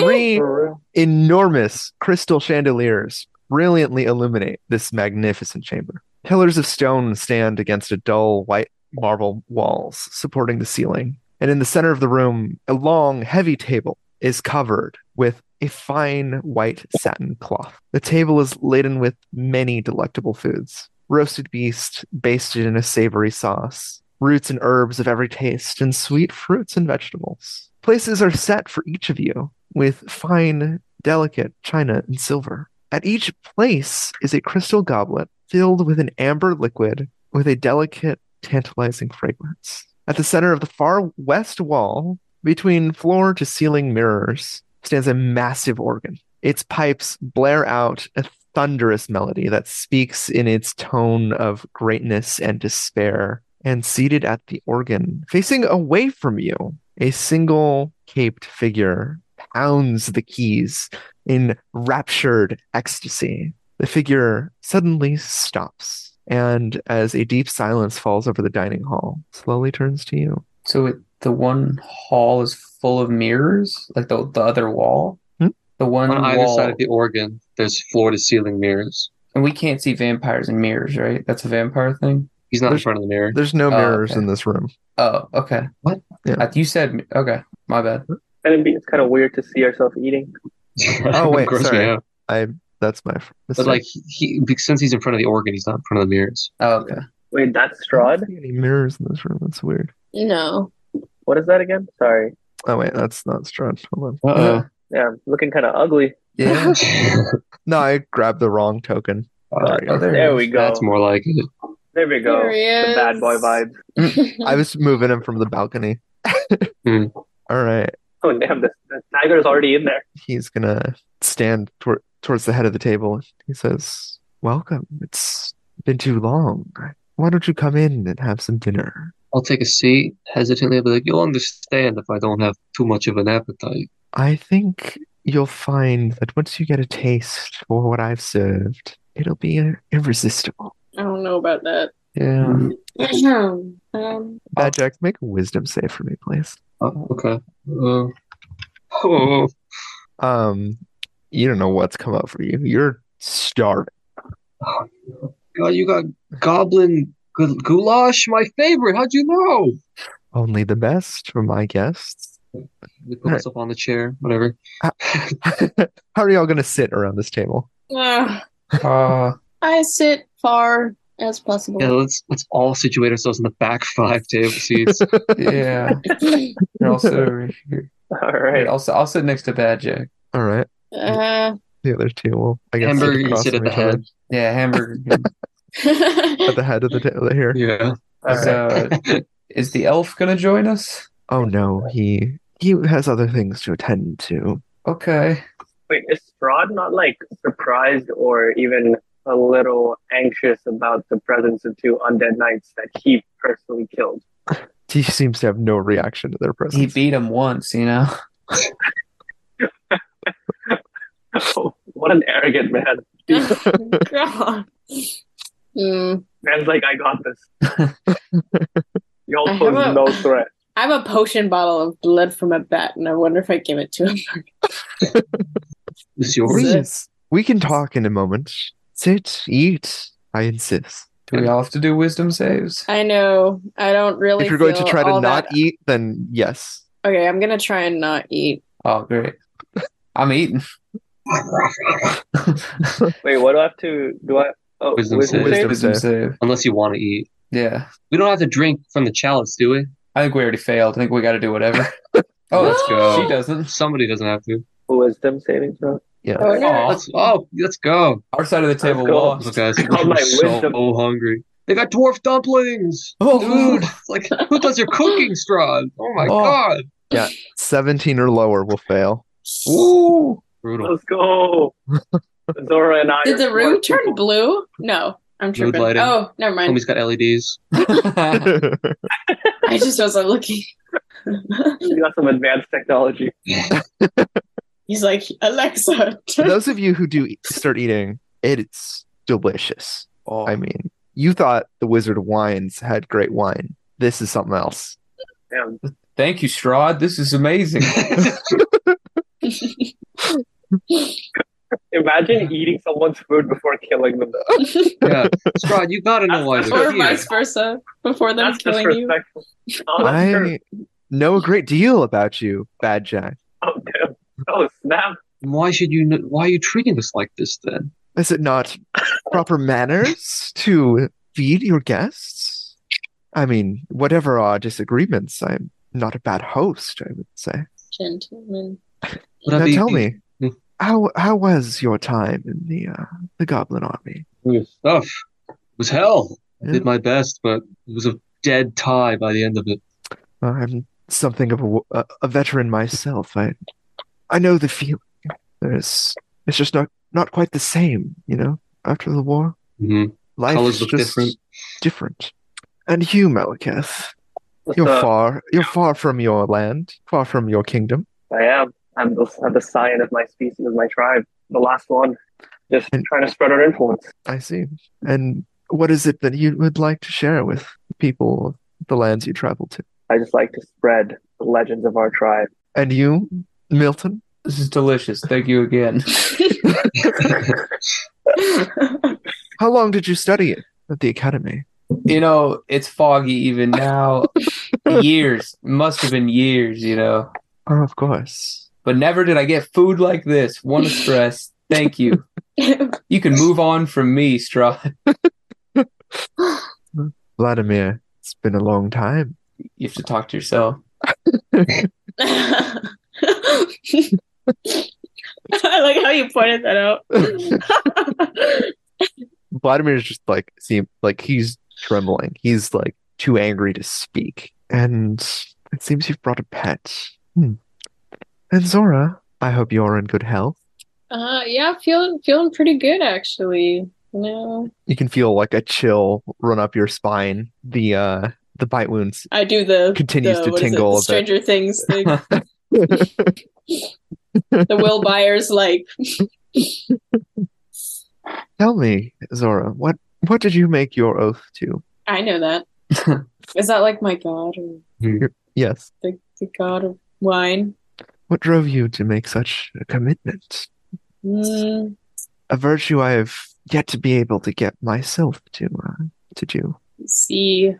Three For real. enormous crystal chandeliers brilliantly illuminate this magnificent chamber. Pillars of stone stand against a dull white marble walls supporting the ceiling. And in the center of the room, a long, heavy table is covered with a fine white satin cloth. The table is laden with many delectable foods roasted beast basted in a savory sauce, roots and herbs of every taste, and sweet fruits and vegetables. Places are set for each of you with fine delicate china and silver. At each place is a crystal goblet filled with an amber liquid with a delicate, tantalizing fragrance. At the center of the far west wall, between floor to ceiling mirrors, stands a massive organ. Its pipes blare out a thunderous melody that speaks in its tone of greatness and despair. And seated at the organ, facing away from you, a single caped figure pounds the keys in raptured ecstasy. The figure suddenly stops, and as a deep silence falls over the dining hall, slowly turns to you. So it, the one hall is full of mirrors, like the the other wall. Hmm? The one On either wall, side of the organ, there's floor to ceiling mirrors. and we can't see vampires in mirrors, right? That's a vampire thing. He's not in There's- front of the mirror. There's no Oh, mirrors okay. in this room. Oh, okay. What? Yeah. Uh, You said okay. My bad. And it'd be, it's kind of weird to see ourselves eating. Oh, wait, Gross me sorry. out. I that's my f- But mistake. like he, he be- since he's in front of the organ, he's not in front of the mirrors. Oh, okay. Wait, that's I Strahd. don't see any mirrors in this room. That's weird. no. What is that again? Sorry. Oh wait, that's not Strahd. Hold on. Uh Yeah, I'm looking kind of ugly. Yeah. No, I grabbed the wrong token. Sorry. oh, there, There it we is. go. That's more like it. There we go. There he The is. bad boy vibes. I was moving him from the balcony. Hmm. All right. Oh damn, the, the tiger's already in there. he's gonna stand toward towards the head of the table. He says, "Welcome. It's been too long. Why don't you come in and have some dinner? I'll take a seat hesitantly. I'll be like, you'll understand if I don't have too much of an appetite. I think you'll find that once you get a taste for what I've served, it'll be irresistible." Mm. I don't know about that. Yeah. um, Bad Jack, make a wisdom save for me, please. Oh, okay. Uh, oh, Um, you don't know what's come up for you. You're starving. God, Uh, you got goblin gu- goulash, my favorite. How'd you know? Only the best for my guests. They put myself on the chair, whatever. How are y'all gonna sit around this table? ah, Uh, I sit far as Yeah, possible. let's let's all situate ourselves in the back five table seats. yeah. And also over here. All right. Also, I'll sit next to Bad Jack. All right. uh, The other two will, I guess, Hamburger, sit you across sit at from the each other. head. Yeah, hamburger. King. at the head of the table here. Yeah. All right. So, uh, is the elf gonna join us? Oh no, he he has other things to attend to. Okay. Wait, is Strahd not like surprised or even a little anxious about the presence of two undead knights that he personally killed? He seems to have no reaction to their He presence. beat him once, you know. what an arrogant man. God. Mm, Man's like, I got this. Y'all I pose have a- no threat. I have a potion bottle of blood from a bat, and I wonder if I give it to him. It's yours. Please, we can talk in a moment. Sit, eat. I insist. Do we all have to do wisdom saves? I know. I don't really. if you're going to feel try to all not that- eat, then yes. Okay, I'm gonna try and not eat. Oh, great. I'm eating. Wait, what do I have to do? I oh, Wisdom save. save? Wisdom Wisdom save. save. Unless you want to eat. Yeah. We don't have to drink from the chalice, do we? I think we already failed. I think we got to do whatever. Oh, Let's go. She doesn't. Somebody doesn't have to. Wisdom saving throw. Oh, Aw. no. Let's oh, let's go. Our side of the table go. Those guys lost. are Oh, my so wisdom. hungry. They got dwarf dumplings. Oh. Dude, it's like who does your cooking, Strahd? Oh my Oh. god. 17 or lower will fail. Ooh. Oh, Brutal. Let's go. Zora and I. Did are the room smart turn people. blue? No, I'm tripping. lighting. Oh, never mind. Homie's got E LEDs. Uh-huh. I just wasn't looking. We got some advanced technology. He's like Alexa. For turn-" those of you who do eat- start eating, it's delicious. Oh. I mean, you thought the Wizard of Wines had great wine. This is something else. Damn. Thank you, Strahd. This is amazing. Imagine eating someone's food before killing them. yeah. Strahd, you gotta know why they're or here. vice versa. Before them That's killing you. disrespectful. Oh, that's true. I know a great deal about you, Bad Jack. Oh, damn. Oh, snap. Why should you kn- why are you treating us like this then? Is it not proper manners to feed your guests? I mean, whatever our disagreements, I'm not a bad host, I would say. Gentlemen. Would I now be- tell me, Hmm. how how was your time in the uh, the Goblin Army? It was tough. It was hell. I Yeah. did my best, but it was a dead tie by the end of it. I'm something of a, wo- a, a veteran myself. I I know the feeling. There's it's just not not quite the same, you know. After the war, hmm life Colours is look just different. different. And you, Malekith, What's you're uh, up? far you're far from your land, far from your kingdom. I am. I'm the, I'm the scion of my species, of my tribe. The last one. Just And- trying to spread our influence. I see. And what is it that you would like to share with the people of the lands you travel to? I just like to spread the legends of our tribe. And you, Milton? This is delicious. Thank you again. Mm-hmm. How long did you study at the academy? You know, it's foggy even now. years. Must have been years, you know. Oh, of course. But never did I get food like this. One of stress. Thank you. You can move on from me, Strahd. Vladimir, it's been a long time. You have to talk to yourself. I like how you pointed that out. Vladimir's just like seem like he's trembling. He's like too angry to speak. And it seems you've brought a pet. Hmm. And Zora, I hope you're in good health. uh, yeah, feeling feeling pretty good actually. No, You can feel like a chill run up your spine. The uh the bite wounds. I do the Continues the- to what is it, tingle a the bit. Stranger Things thing. the Will Byers like Tell me, Zora, what what did you make your oath to? I know that. Is that like my god or Yes. the, the god of wine? What drove you to make such a commitment? Mm, A virtue I have yet to be able to get myself to uh, to do. see,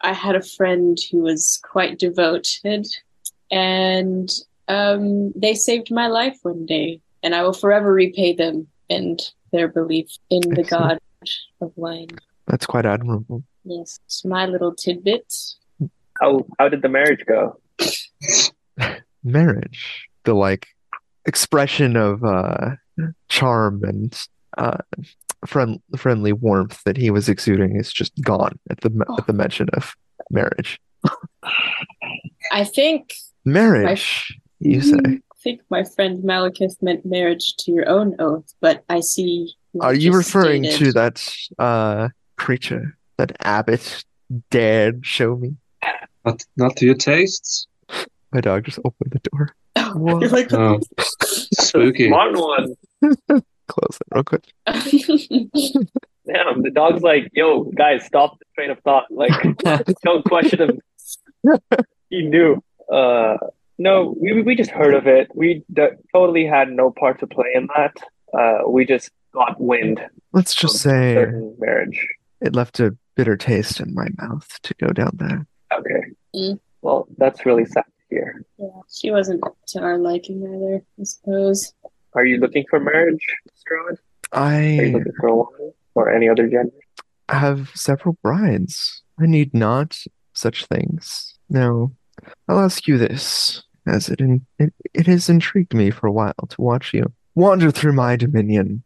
I had a friend who was quite devoted, and um, they saved my life one day, and I will forever repay them and their belief in the god Excellent. of wine. That's quite admirable. Yes, it's my little tidbit. How how did the marriage go? marriage the like expression of uh charm and uh friend friendly warmth that he was exuding is just gone at the at the mention of marriage I think hmm, marriage you say I think my friend Malekith meant marriage to your own oath, but I see. you've are you just referring stated- to that uh creature that abbot dared show me Not, not to your tastes? my dog just opened the door You're like, Uh. Oh. Spooky. Smart one. close it real quick Damn, the dog's like, yo, guys, stop the train of thought. Like, don't question him. he knew. Uh, no, we, we just heard of it. We d- totally had no part to play in that. Uh, we just got wind let's just say certain marriage. It left a bitter taste in my mouth to go down there. Okay. Mm. Well, that's really sad to hear. Yeah, she wasn't to our liking either, I suppose. Are you looking for marriage, Strahd? Are you I looking for a woman or any other gender? have several brides. I need not such things. Now, I'll ask you this, as it, in, it, it has intrigued me for a while to watch you wander through my dominion.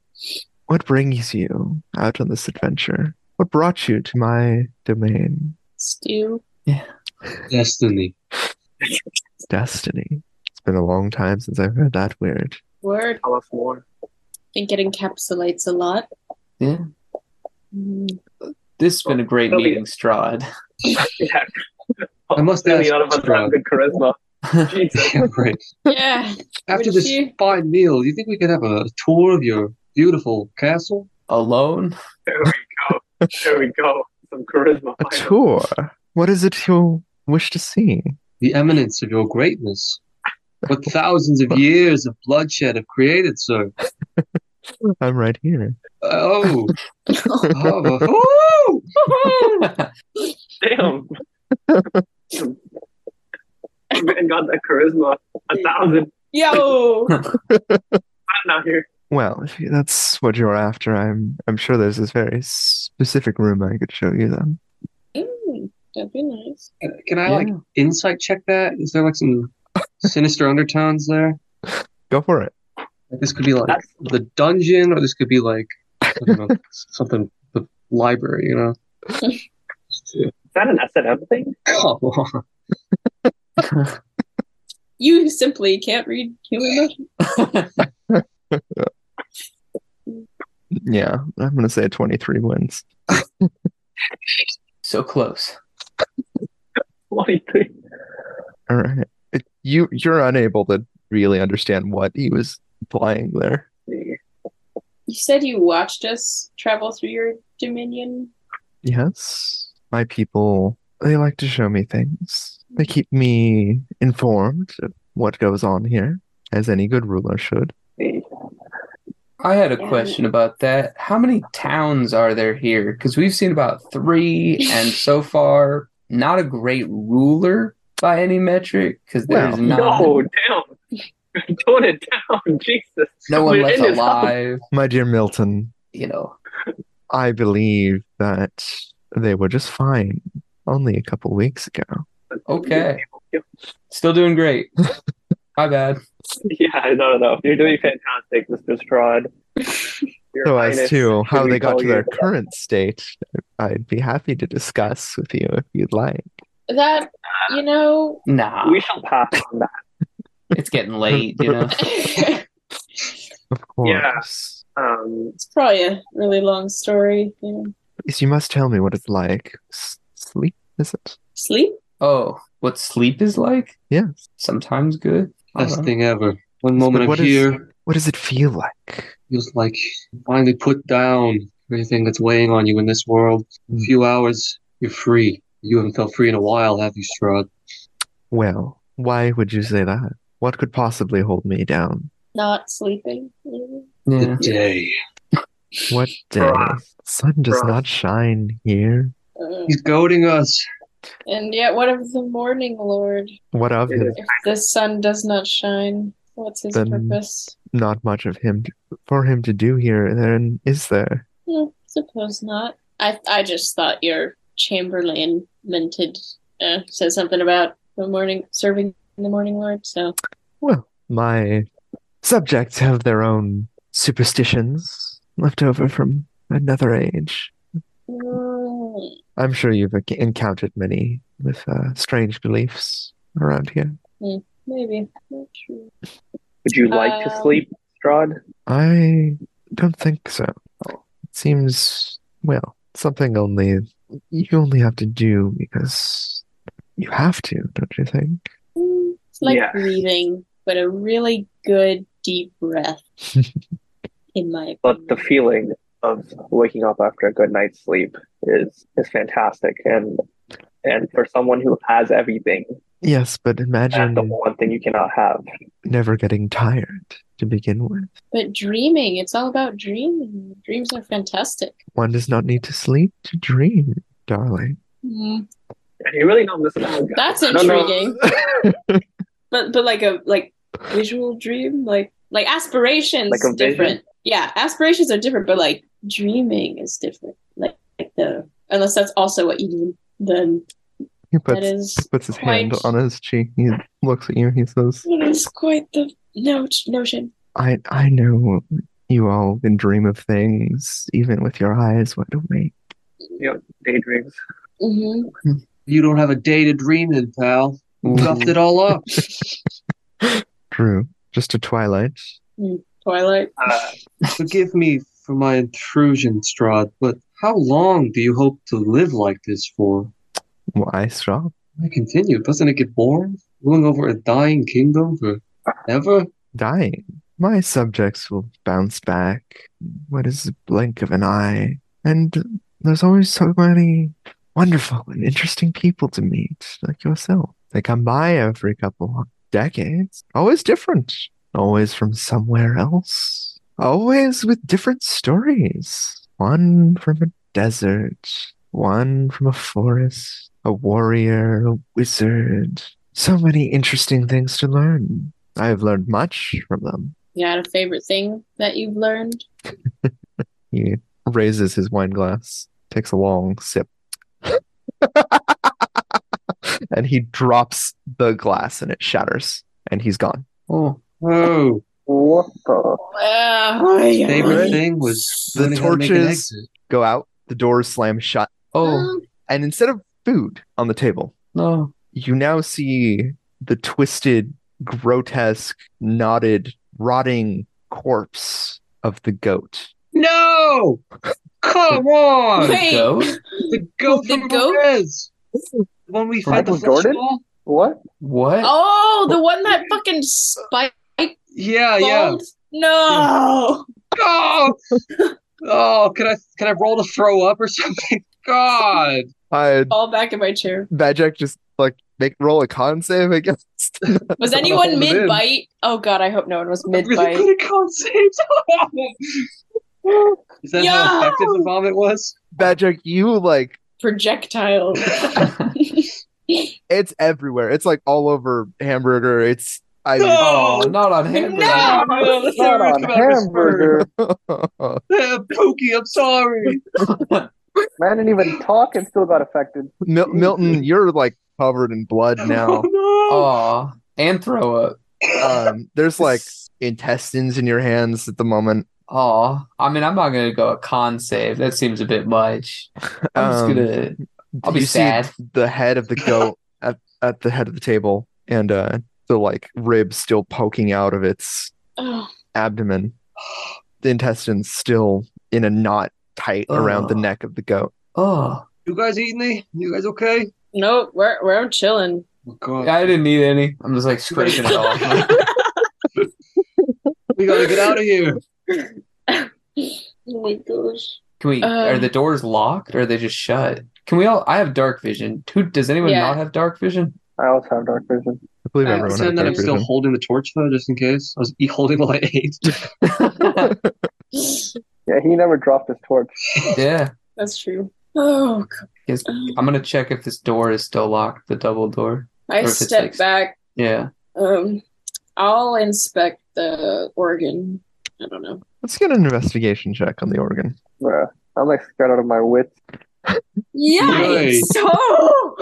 What brings you out on this adventure? What brought you to my domain? Stew. Destiny. Destiny. It's been a long time since I've heard that word. Word. Tell us more. I think it encapsulates a lot. Yeah. Mm, This has been a great Oh, yeah. meeting, Strahd. Yeah. I must Clearly ask, none of us Strahd. have good charisma. Jesus. Yeah, right. Yeah. After Would this you? fine meal, do you think we could have a tour of your beautiful castle? Alone? There we go. There we go. Some charisma. A finally. tour? What is it you wish to see? The eminence of your greatness. What thousands of years of bloodshed have created, sir. I'm right here. Oh. oh. oh. Damn. Man got that charisma. A thousand. Yo! I'm not here. Well, if that's what you're after, I'm I'm sure there's this very specific room I could show you then. Mm, that'd be nice. Can I like insight check that? Is there like some sinister undertones there? Go for it. Like, this could be like That's- the dungeon, or this could be like I don't know, something the library. You know? Uh-huh. Is that an S&M thing? Come on. You simply can't read human emotion. Yeah, I'm gonna say 23 wins. so close. 23. All right. It- you you're unable to really understand what he was implying there. You said you watched us travel through your dominion. Yes, my people they like to show me things. They keep me informed of what goes on here, as any good ruler should. I had a Yeah. question about that. How many towns are there here? Because we've seen about three, and so far, not a great ruler by any metric. Because there's Well, not No, damn. Tone it down. Jesus. no one We're left in this alive. My dear Milton, You know, I believe that they were just fine only a couple weeks ago. okay, still doing great. My bad. Yeah, no, no, no. You're doing fantastic, Mr. Strahd. Your So as Highness, to how should they we got call to their you- current state, I'd be happy to discuss with you if you'd like. That, you know. Nah, We shall pass on that. it's getting late. You know, it's Of Yeah. course. Um, probably a really long story. You know. Yes, you must tell me what it's like. S- sleep, is it? Sleep? oh, what sleep is like? Yes. sometimes good. I Best don't know. thing ever. But One moment I'm what is- here, What does it feel like? feels like you finally put down everything that's weighing on you in this world. Hmm. In a few hours, you're free. You haven't felt free in a while, have you, Strahd? Well, why would you say that? What could possibly hold me down? Not sleeping? maybe? Yeah. Day. What day? Bruh. Sun does Bruh. not shine here. Uh, He's goading us. and yet, what of the morning lord? What of It him? is. If the sun does not shine, what's his Then- purpose? Not much of him for him to do here. Then is there? No, suppose not. I I just thought your chamberlain minted uh, said something about the morning serving the morning lord. So Well, my subjects have their own superstitions left over from another age. Mm, I'm sure you've enc- encountered many with uh, strange beliefs around here. maybe not true. would you like to Um, sleep, Strahd? I don't think so. It seems, well, something only you only have to do because you have to, don't you think? Mm, It's like Yeah. breathing, but a really good deep breath. in my But the feeling of waking up after a good night's sleep is is fantastic, and and for someone who has everything, Yes, but That's imagine the one thing you cannot have. never getting tired to begin with. But dreaming, it's all about dreaming. Dreams are fantastic. One does not need to sleep to dream, darling. Mm, You really don't listen to my guy. That's I don't know. intriguing. But but like a like visual dream, like like aspirations Like a vision? different. Yeah, aspirations are different, but like dreaming is different. Like like the unless that's also what you do, then he that puts is puts his hand quite- on his cheek. He looks at you. He says, that is quite the no notion. "I I know you all can dream of things, even with your eyes wide awake." Daydreams. hmm You don't have a day to dream in, pal. Stuffed Mm-hmm. it all up. True, just a twilight. Twilight. Uh, Forgive me for my intrusion, Strahd, but how long do you hope to live like this for? Well, I stop. I continue. Doesn't it get boring? Ruling over a dying kingdom forever? dying. My subjects will bounce back. What is the blink of an eye? And there's always so many wonderful and interesting people to meet, like yourself. They come by every couple of decades, always different, always from somewhere else, always with different stories. One from a desert, one from a forest, a warrior, a wizard. So many interesting things to learn. I have learned much from them. You had a favorite thing that you've learned? He raises his wine glass, takes a long sip, and he drops the glass and it shatters and he's gone. Oh, Oh, What the? Wow. favorite Right. thing was The learning how to make an torches. exit. Go out, the doors slam shut, oh and instead of food on the table, no! you now see the twisted, grotesque, knotted, rotting corpse of the goat. No! Come on! Wait. Goat? The goat The from goat? Perez! The one we fed the Michael flesh Jordan? ball? What? What? Oh, the one that fucking spiked Yeah, Oh, yeah. bald? No. Oh! oh, can I can I roll to throw up or something? God! Uh, Fall back in my chair. Magic just like make roll a con save, I guess. Was I don't know anyone if it is. mid bite? Oh god, I hope no one was mid I'm really bite. good at con saves. Is that Yeah. how effective the vomit was? Magic, you like Projectile. it's everywhere. It's like all over hamburger. It's I mean, oh, not on hamburger. No! no, that's Not never on come out of his hamburger. Uh, Pookie, I'm sorry. Man didn't even talk and still got affected. Mil- Milton, you're like covered in blood now. Oh, Aw, and throw up. Um, there's like intestines in your hands at the moment. Aw, I mean, I'm not gonna go a con save. That seems a bit much. I'm just Um, gonna. I'll be you sad. see the head of the goat at, at the head of the table, and uh, the like ribs still poking out of its oh, abdomen. The intestines still in a knot tight around the Ugh. neck of the goat. Oh, you guys eating me? You guys okay? nope, we're we're chilling. Oh, God. I didn't need any. I'm just like scraping it off. We gotta get out of here. Oh my gosh. Can we? Uh. are the doors locked or are they just shut? Can we all? I have dark vision. Who does anyone Yeah. not have dark vision? I also have dark vision. I believe I everyone was had Pretend that I'm dark still vision. holding the torch though, just in case. I was e- holding while I ate. Yeah, he never dropped his torch. yeah. That's true. Oh god. Guess- I'm gonna check if this door is still locked. The double door. I Or if it's step like- back. Yeah. Um I'll inspect the organ. I don't know. Let's get an investigation check on the organ. Bruh. I'm like scared out of my wits. Yikes. Yikes! So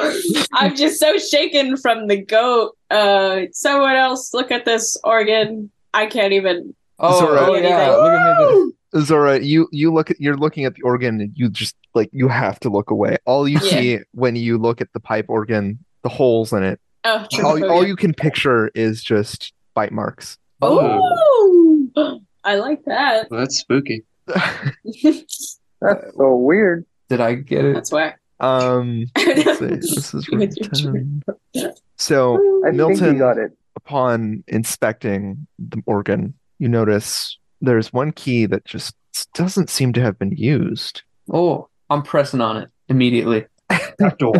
I'm just so shaken from the goat. Uh, someone else look at this organ. I can't even. Oh, alright. oh yeah. Look at me. Zora, you you look at you're looking at the organ and you just like you have to look away. All you Yeah. see when you look at the pipe organ, the holes in it, Oh, all, all trypophobia. you can picture is just bite marks. Oh. Ooh, I like that. Well, that's spooky. That's Uh, so weird. Did I get it? That's whack. um let's see, this is With room your 10. So I think Milton. he got it. upon inspecting the organ, you notice there's one key that just doesn't seem to have been used. Oh, I'm pressing on it immediately. That door.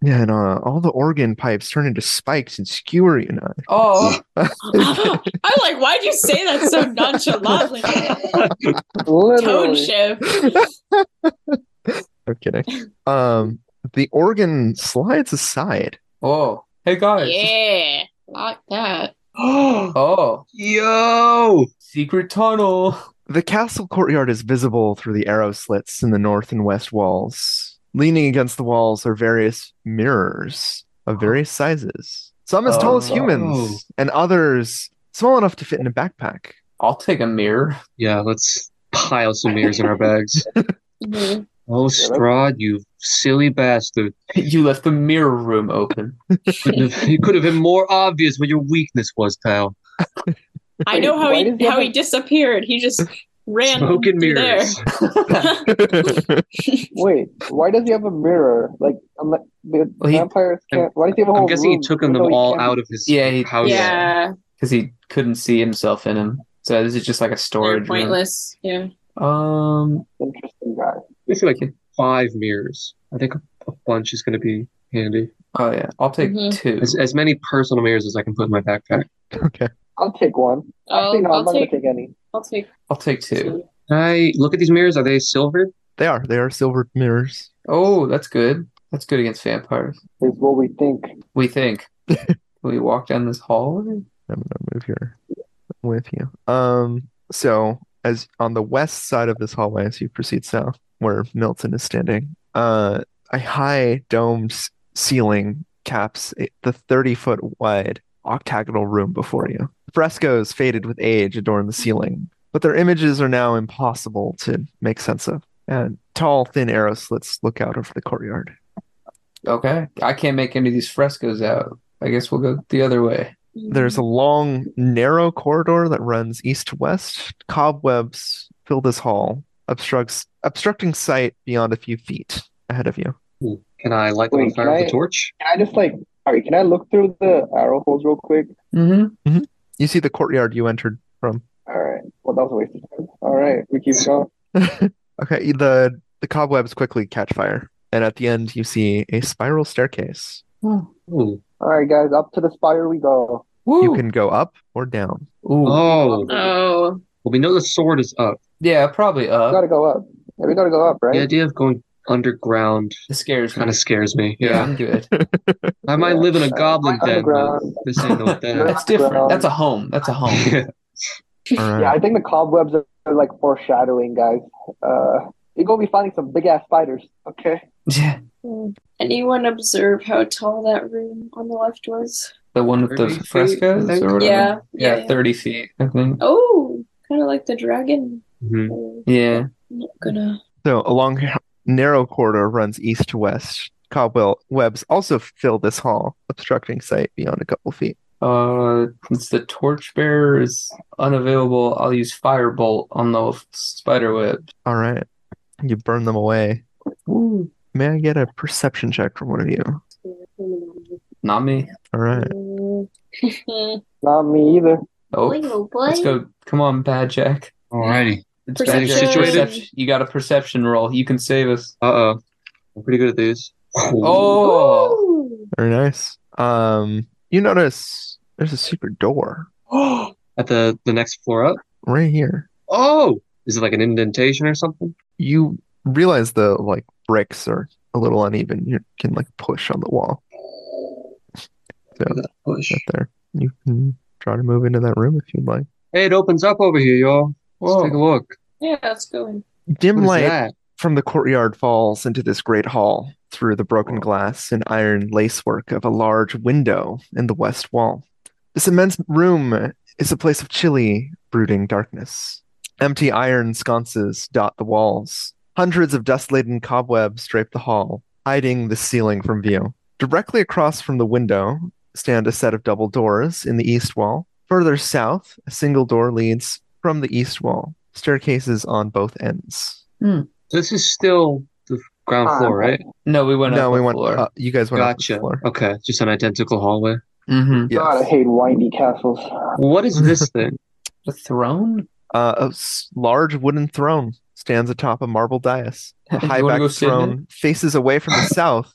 Yeah, and uh, all the organ pipes turn into spikes and skewer you knives. Oh, I'm like, why'd you say that so nonchalantly? Tone Literally. shift. I'm kidding. Um, the organ slides aside. oh, hey guys. Yeah, like that. Oh, Yo! secret tunnel. The castle courtyard is visible through the arrow slits in the north and west walls. Leaning against the walls are various mirrors of various sizes, some as tall as Oh. humans, and others small enough to fit in a backpack. I'll take a mirror. Yeah, let's pile some mirrors in our bags. Mm-hmm. Mhm. Oh, Strahd, you silly bastard. you left the mirror room open. Couldn't have, it could have been more obvious what your weakness was, pal. I know how Why he does he how have he disappeared. He just ran Smoke and through mirrors. there. Wait, why does he have a mirror? Like, um, the Well, he- vampires can't. Why does he have a whole I'm guessing he room took them even though he all can't- out of his Yeah, he- house. yeah, because he couldn't see himself in him. So this is just like a they're storage pointless. Yeah. room. Um, Interesting guy. We see like five mirrors. I think a, a bunch is going to be handy. oh yeah, I'll take Mhm. two. As, as many personal mirrors as I can put in my backpack. Okay. I'll take one. Actually, I'll, no, I'm I'll not take. gonna take any. I'll take I'll take two. two. Can I look at these mirrors. Are they silver? They are. They are silvered mirrors. Oh, that's good. That's good against vampires. Is what we think. We think. Can we walk down this hallway? I'm gonna move here with you. Um, so as on the west side of this hallway, as you proceed south, where Milton is standing, uh, a high domed s- ceiling caps a- the 30 foot wide octagonal room before you. Frescoes faded with age adorn the ceiling, but their images are now impossible to make sense of. And tall, thin arrow slits look out over the courtyard. Okay. I can't make any of these frescoes out. I guess we'll go the other way. There's Mm-hmm. a long, narrow corridor that runs east to west. Cobwebs fill this hall, obstructs obstructing sight beyond a few feet ahead of you. Can I light them on Wait, fire can with I- a torch? Can I just like? All right, can I look through the arrow holes real quick? Mm-hmm. You see the courtyard you entered from. All right. Well, that was a waste of time. All right, we keep going. Okay, the the cobwebs quickly catch fire, and at the end you see a spiral staircase. Ooh. All right, guys, up to the spire we go. Woo. You can go up or down. Ooh. Oh. Oh, Well, we know the sword is up. Yeah, probably We up. gotta go up. Yeah, we gotta go up, The right? idea of going underground It scares me. kind of scares me. Yeah, Yeah. I'm good. I might live in a Yeah. goblin den, but Underground. this ain't no den. That's different. That's a home. That's a home. Yeah. All Yeah, right. I think the cobwebs are, are, like foreshadowing, guys. Uh, you're gonna be finding some big ass spiders. Okay. Yeah. anyone observe how tall that room on the left was? The one with 30 the feet, frescoes I think. or whatever. Yeah, yeah, yeah. 30 feet, I think. Oh, kind of like the dragon. Oh, Mhm. I'm Yeah. not gonna. So a long, narrow corridor runs east to west. Cobwebs also fill this hall, obstructing sight beyond a couple feet. Uh, since the torchbearer is unavailable, I'll use firebolt on the spider web. All right. You burn them away. May I get a perception check from one of you? Not me. All right. Not me either. Oh, let's go. Come on, bad Jack. Alrighty. It's bad Jack. Perception. Perception. You got a perception roll. You can save us. Uh oh. I'm pretty good at these. Oh, Ooh. Very nice. Um, you notice there's a secret door at the the next floor up. right here. Oh, is it like an indentation or something? You realize the like bricks are a little uneven. You can like push on the wall Push. right there. You can try to move into that room if you'd like. Hey, it opens up over here, y'all. Let's Whoa. take a look. Yeah, let's go in. Dim What is light that? from the courtyard falls into this great hall through the broken glass and iron lacework of a large window in the west wall. This immense room is a place of chilly, brooding darkness. Empty iron sconces dot the walls. Hundreds of dust laden cobwebs drape the hall, hiding the ceiling from view. Directly across from the window stand a set of double doors in the east wall. Further south, a single door leads from the east wall, staircases on both ends. This is still the ground Ah, floor, right? no, we went no, up Oh, we the went. floor. Up, you guys went up the Gotcha. floor. Okay, just an identical hallway. Mm-hmm. Yes. God, I hate windy castles. What is this thing? The throne? Uh, a s- large wooden throne stands atop a marble dais. The You high wanna go backed sit in it? throne faces away from the south,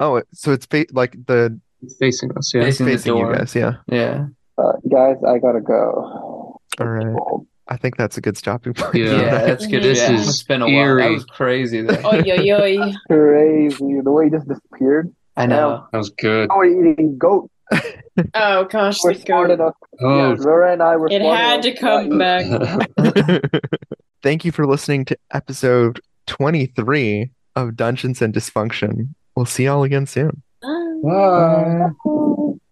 Oh, so it's fa- like the It's facing us, yeah. Face- Facing the facing you door. guys. Yeah. Yeah. Uh, guys, I gotta go. All right. I think that's a good stopping point. Yeah. Yeah, that's good. This yeah. is it's been a while. eerie. That was crazy. Though. Oy, oy, oy. Crazy the way he just disappeared. I know. That was good. Now we're eating goat. Oh gosh, We're the smart goat. enough. Oh, Yeah, Zora and I were. It smart had enough to come not eat. back. Thank you for listening to episode 23 of Dungeons and Dysfunction. We'll see y'all again soon. Bye. bye. Bye.